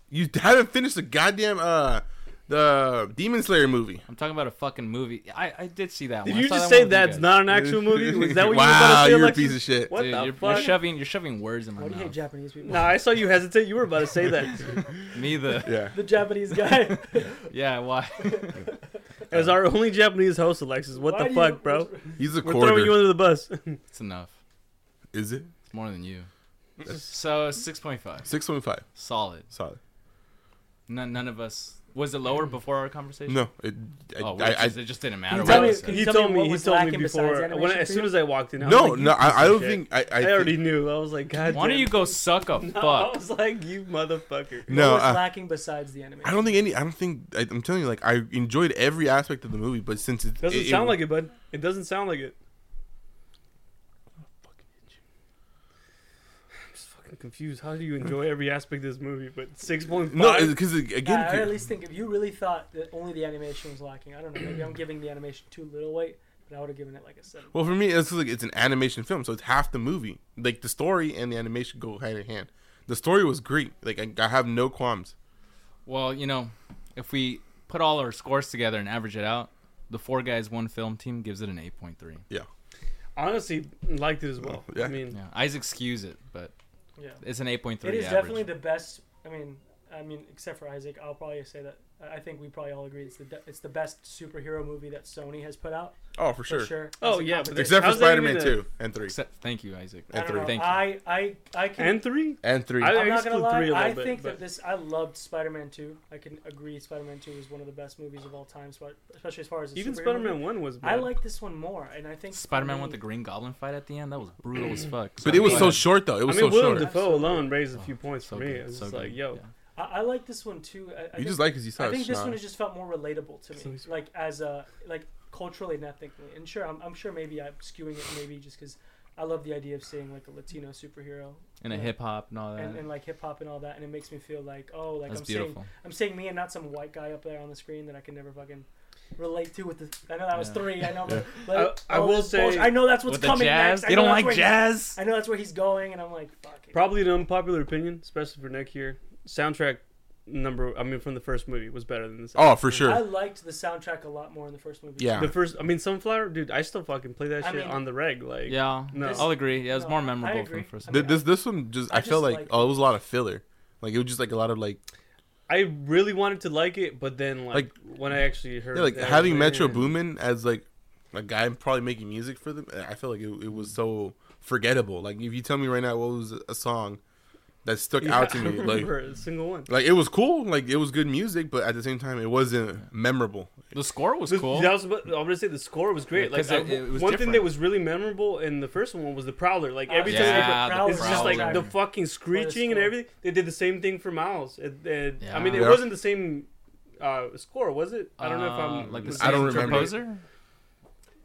You haven't finished the goddamn uh the Demon Slayer movie. I'm talking about a fucking movie. I, I did see that Did one. I you saw just that say one with you that's guys. not an actual movie? Was that what you were Wow, about to say, you're a Alexis? piece of shit. What Dude, the you're, fuck? you're shoving you're shoving words in my Why do you hate mouth. Japanese people? Nah, I saw you hesitate. You were about to say that. Me the Yeah. The Japanese guy. yeah. Why? As our only Japanese host, Alexis, what Why the do fuck, you- bro? He's a We're throwing you quarter. under the bus. it's enough. Is it? It's more than you. So six point five, Six point five. solid. Solid. None, none of us was it lower before our conversation. No. It, I, Oh, well, I, it, I, just, it just didn't matter. You tell what me- I said. can he tell told me me. what He was told me lacking besides before. When I, animation as for soon you? as I walked in, I was no, like, you no. piece I, I of don't shit. think. I, I I already think- knew. I was like, God. Why damn. don't you go suck a I fuck? was like, you motherfucker. No. What's I- lacking besides the animation? I don't think any. I don't think. I, I'm telling you, like I enjoyed every aspect of the movie, but since it Doesn't sound like it, bud. It doesn't sound like it. I'm just fucking confused. How do you enjoy every aspect of this movie? But six point No, five. because again, Yeah, I at least think if you really thought that only the animation was lacking, I don't know. Maybe I'm giving the animation too little weight, but I would have given it like a seven. well, for me, it's like it's an animation film, so it's half the movie. Like the story and the animation go hand in hand. The story was great. Like I, I have no qualms. Well, you know, if we put all our scores together and average it out, the four guys one film team gives it an eight point three. Yeah, Honestly, liked it as well. Yeah. I mean, Yeah, Isaac's cues it, but Yeah, it's an eight point three. it is average. definitely the best. I mean, I mean, except for Isaac, I'll probably say that. I I think we probably all agree it's the de- it's the best superhero movie that Sony has put out Oh, for for sure. sure. Oh, That's a yeah, but compliment. Except for How's that Spider even Man a- two and three Except, thank you, Isaac. and I don't know. three Thank you. I I I can. and three. and three. I- I'm not gonna exclude three lie. a I little bit, think but- that this. I loved Spider-Man 2. I can agree. Spider-Man 2 is one of the best movies of all time, spe- especially as far as a Even superhero Spider movie. Man One was. Bad. I like this one more, and I think Spider Man with with the Green Goblin fight at the end that was brutal as fuck. but it was so Yeah. short though. It I was so mean, Willem short. Dafoe Absolutely. alone raised a few points So for me. good, It's so just good, like, yo, yeah. I, I like this one too. I, I You think, just like because you saw. I think this Shyamalan. one has just felt more relatable to So me, he's- like as a like culturally and ethnically. And sure, I'm, I'm sure maybe I'm skewing it, maybe just because I love the idea of seeing like a Latino superhero and a Yeah. hip hop and all that. and, and like hip hop and all that, and it makes me feel like oh, like Uh-huh. That's I'm seeing beautiful. I'm seeing me and not some white guy up there on the screen that I can never fucking relate to. With the I know that was Yeah. three. I know. Yeah. But, I- I all will this say- bullshit- I know that's what's With the coming jazz, next. I they know don't that's like where he- jazz. I know that's where he's going, and I'm like, fuck. It. probably an unpopular opinion, especially for next year. Soundtrack number. I mean, from the first movie was better than the. Second. Oh, for sure. I liked the soundtrack a lot more in the first movie. Yeah. The first. I mean, Sunflower, dude. I still fucking play that I shit mean- on the reg. Like, Yeah, No. I'll agree. Yeah, it was No, more I memorable agree. from first. I Th- mean, this this one just I I, felt just like like- oh it was a lot of filler. Like it was just like a lot of like I really wanted to like it, but then like, when I actually heard yeah, like that, I was having Metro "Eh." Boomin as like a guy probably making music for them. I feel like it, it was so forgettable. Like if you tell me right now what was a song that stuck Yeah, out to I me, like remember a single one. like it was cool, like it was good music, but at the same time it wasn't memorable. The score was The- cool. That was, about- I'm gonna say the score was great. Yeah, Like 'cause I- it- it was one thing different. that was really memorable in the first one was the Prowler. Like Uh, every yeah, time they the Prowler It's just Prowler. like the fucking screeching and score. everything. They did the same thing for Miles. It, it- I mean, it Yeah. wasn't the same uh, score, was it? I don't know if Uh, I'm like the I don't same remember. composer.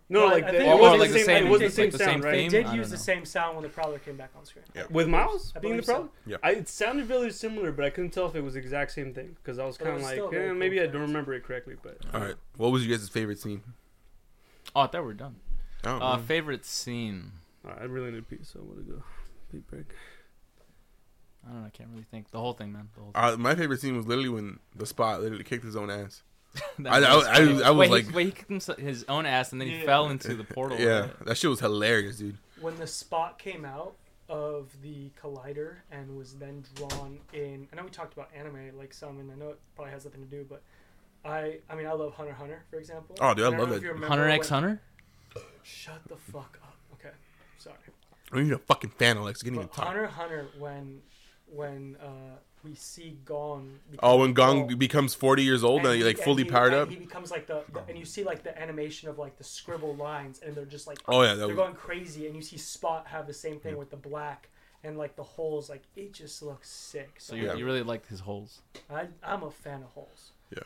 No, Well, like I the, think it it wasn't was the like the same. same- it wasn't the like same the same sound, They right? theme. did I don't use the know. same sound when the Prowler came back on screen. With Miles being the believe so. problem, Yeah. I, it sounded really similar, but I couldn't tell if it was the exact same thing because I was But it kind of was like, still very eh, cool maybe I don't sounds. remember it correctly. But All right, what was your guys' favorite scene? Oh, I thought we were done. Oh, Uh, man. favorite scene. all right, I really need a pee, so I'm gonna go pee break. I don't know. I can't really think. The whole thing, man. The whole thing. Uh, my favorite scene was literally when the spot literally kicked his own ass. That I- I- was I- funny. I was wait, he, like- wait, he kicked himself, his own ass and then he Yeah. fell into the portal. Yeah, that shit was hilarious, dude. When the spot came out of the collider and was then drawn in, I know we talked about anime like some, and I know it probably has nothing to do, but I, I mean, I love Hunter x Hunter, for example. Oh, dude, I And love don't know if that. you remember Hunter X when- Hunter. Shut the fuck up. Okay, sorry. I need a fucking fan, Alex. Getting a But talk. Hunter x Hunter, when when uh, we see Gon. Oh, when become Gong Gon. becomes 40 years old and, he, like fully he- powered and up. He becomes like the, the- and you see like the animation of like the scribble lines, and they're just like Oh, yeah, that they're was- going crazy, and you see Spot have the same thing with the black and like the holes, like it just looks sick. So So you, Yeah. you really liked his holes. I, I'm a fan of holes. Yeah.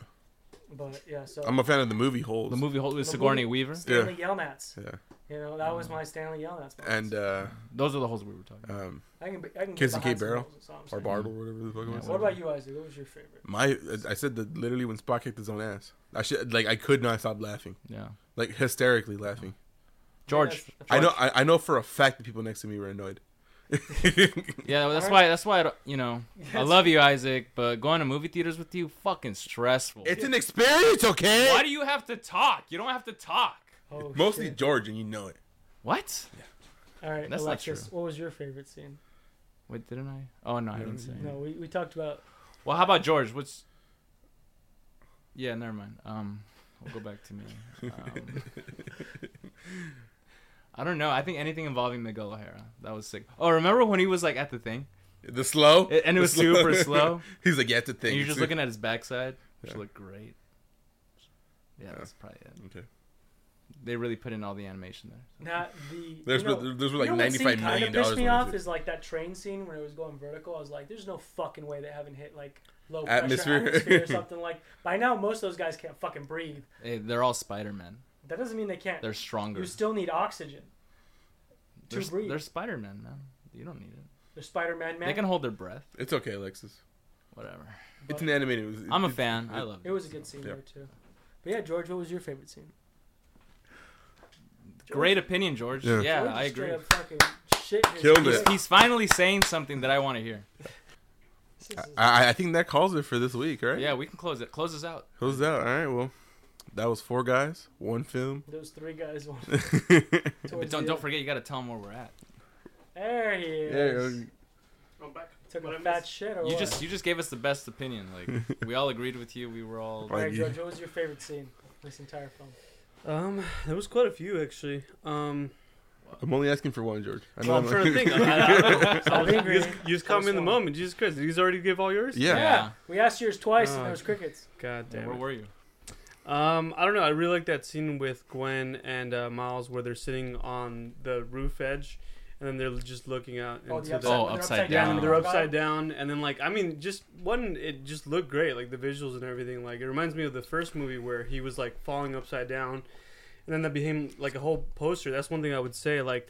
But yeah, so I'm a fan of the movie holes. The movie Hold with The Sigourney movie- Weaver. Stanley Yelnats. Yeah. Mm. You know, that was my Stanley Yelnats. moments. And uh, Those are the holes we were talking. about. um, I can, be- I can Kids get in Cape behind some Barrel? of those, is all I'm or saying. Bartle, whatever the fuck it was. What about you, Isaac? What was your favorite? My, I said that literally when Spock kicked his own ass. I should like I could not stop laughing, Yeah. like hysterically laughing. George. Yes. I know, I, I know for a fact that people next to me were annoyed. Yeah, well, that's Alright. why. That's why I, don't- you know. I Yes. love you, Isaac, but going to movie theaters with you, fucking stressful. It's an experience, okay? why do you have to talk? You don't have to talk. Oh, Mostly shit. George, and you know it. What? All right, That's not Alexis. What was your favorite scene? Wait, didn't I? Oh no, I didn't say. No, we, we talked about. Well, how about George? What's? Yeah, never mind. Um, we'll go back to me. Um, I don't know. I think anything involving Miguel O'Hara that was sick. Oh, remember when he was like at the thing The slow, It- and it The was super slow. He's like, yeah, it's a thing. and you're just looking at his backside, which Yeah. looked great. Yeah, that's probably it. Okay. They really put in all the animation there. Not the. There's you know, were- there's were you like know what ninety scene five kinda million pissed dollars. me worth of off it. is like that train scene when it was going vertical. I was like, "There's no fucking way they haven't hit like low Atmosphere. atmosphere, atmosphere or something like." By now, most of those guys can't fucking breathe. Hey, they're all Spider Men. That doesn't mean they can't. They're stronger. You still need oxygen. to They're, breathe. they're Spider Men, man. You don't need it. They're Spider-Man, man. They can hold their breath. It's okay, Alexis. Whatever. It's an animated. movie. I'm a It's- fan. I love it was a good scene Yeah. there too. But yeah, George, what was your favorite scene? Great opinion, George. Yeah. Yeah, George I straight agree. Up fucking shit. his Killed pants. it. He's finally saying something that I want to hear. This is- I, I think that calls it for this week, all right? Yeah, we can close it. Close us out. Who's that? All right. Well, that was four guys, one film. Those three guys. One, But don't don't forget, you got to tell them where we're at. There he is. Yeah, I'm back. Took What I a fat missed? shit or You what? just you just gave us the best opinion. Like we all agreed with you. We were all. All right, Like, George, what was your favorite scene? This entire film. Um, there was quite a few actually. Um, I'm only asking for one, George. I well, I'm I'm trying to think. I, I'll be you green. just, you just caught me in the First one. moment. Jesus Christ! Did you already give all yours? Yeah. We asked yours twice, and Oh. there was crickets. God Yeah, damn Where it. were you? Um, I don't know. I really like that scene with Gwen and uh, Miles where they're sitting on the roof edge, and then they're just looking out Oh, into the the. upside, Oh, when they're upside yeah, down. and they're upside down, and then like I mean, just one, it just looked great, like the visuals and everything. Like it reminds me of the first movie where he was like falling upside down, and then that became like a whole poster. That's one thing I would say. Like,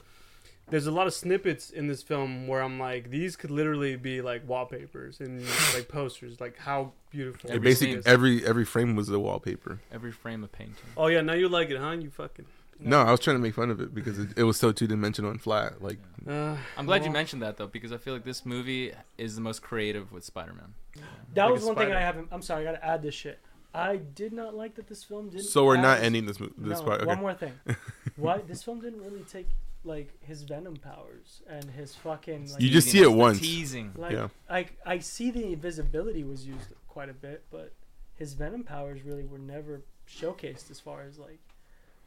there's a lot of snippets in this film where I'm like, these could literally be like wallpapers and like posters. Like how beautiful. Every It it basically scene. every every frame was the wallpaper. Every frame of painting. Oh yeah, now you like it, huh? You fucking. No, I was trying to make fun of it because it, it was so two dimensional and flat. Like Uh, I'm glad you well, mentioned that though, because I feel like this movie is the most creative with Spider-Man. That Like a was one thing spider. I haven't. I'm sorry, I gotta add this shit. I did not like that this film didn't. so, we're not add- ending this mo- this no, part. One Okay. more thing. Why this film didn't really take like his venom powers and his fucking like, You just Teasing, see it it's the once. Teasing. like yeah. like I see the invisibility was used quite a bit, but his venom powers really were never showcased as far as like.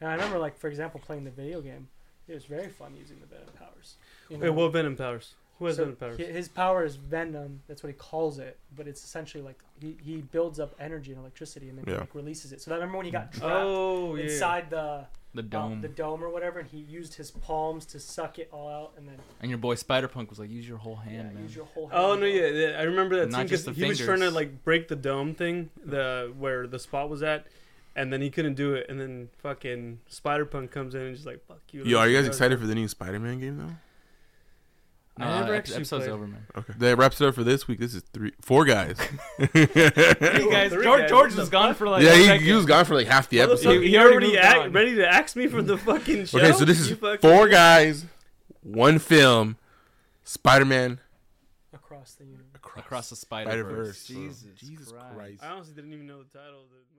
And I remember like for example playing the video game. It was very fun using the venom powers. you Wait, know? what venom powers? Who has So venom powers? hi- His power is venom. That's what he calls it. But it's essentially like he, he builds up energy and electricity and then Yeah. like releases it. So that remember when he got trapped Oh yeah. inside The the um, dome. the dome or whatever, and he used his palms to suck it all out and then And your boy Spider Punk was like, "Use your whole hand, yeah, man." use your whole. Hand Oh no, to- yeah, yeah, I remember that Not scene just because the he was trying to fingers. like break the dome thing, the where the spot was at, and then he couldn't do it, and then fucking Spider Punk comes in and just like fuck you. Yo, are you guys excited for the new Spider-Man game though? No, I never ep- actually episode's played. over, man. Okay. That wraps it up for this week. This is three, four guys. Hey Three guys, guys, George, what George the was gone fuck? for like. yeah, a he, second. he was gone for like half the episode. Motherfucker, He- you he already already moved act, on. ready to axe me for the fucking show. Okay, so this is You fucking- four guys, one film, Spider-Man across the universe. across the Spider Spider-Verse. Verse. Jesus, Jesus Christ. Christ. I honestly didn't even know the title. Of the-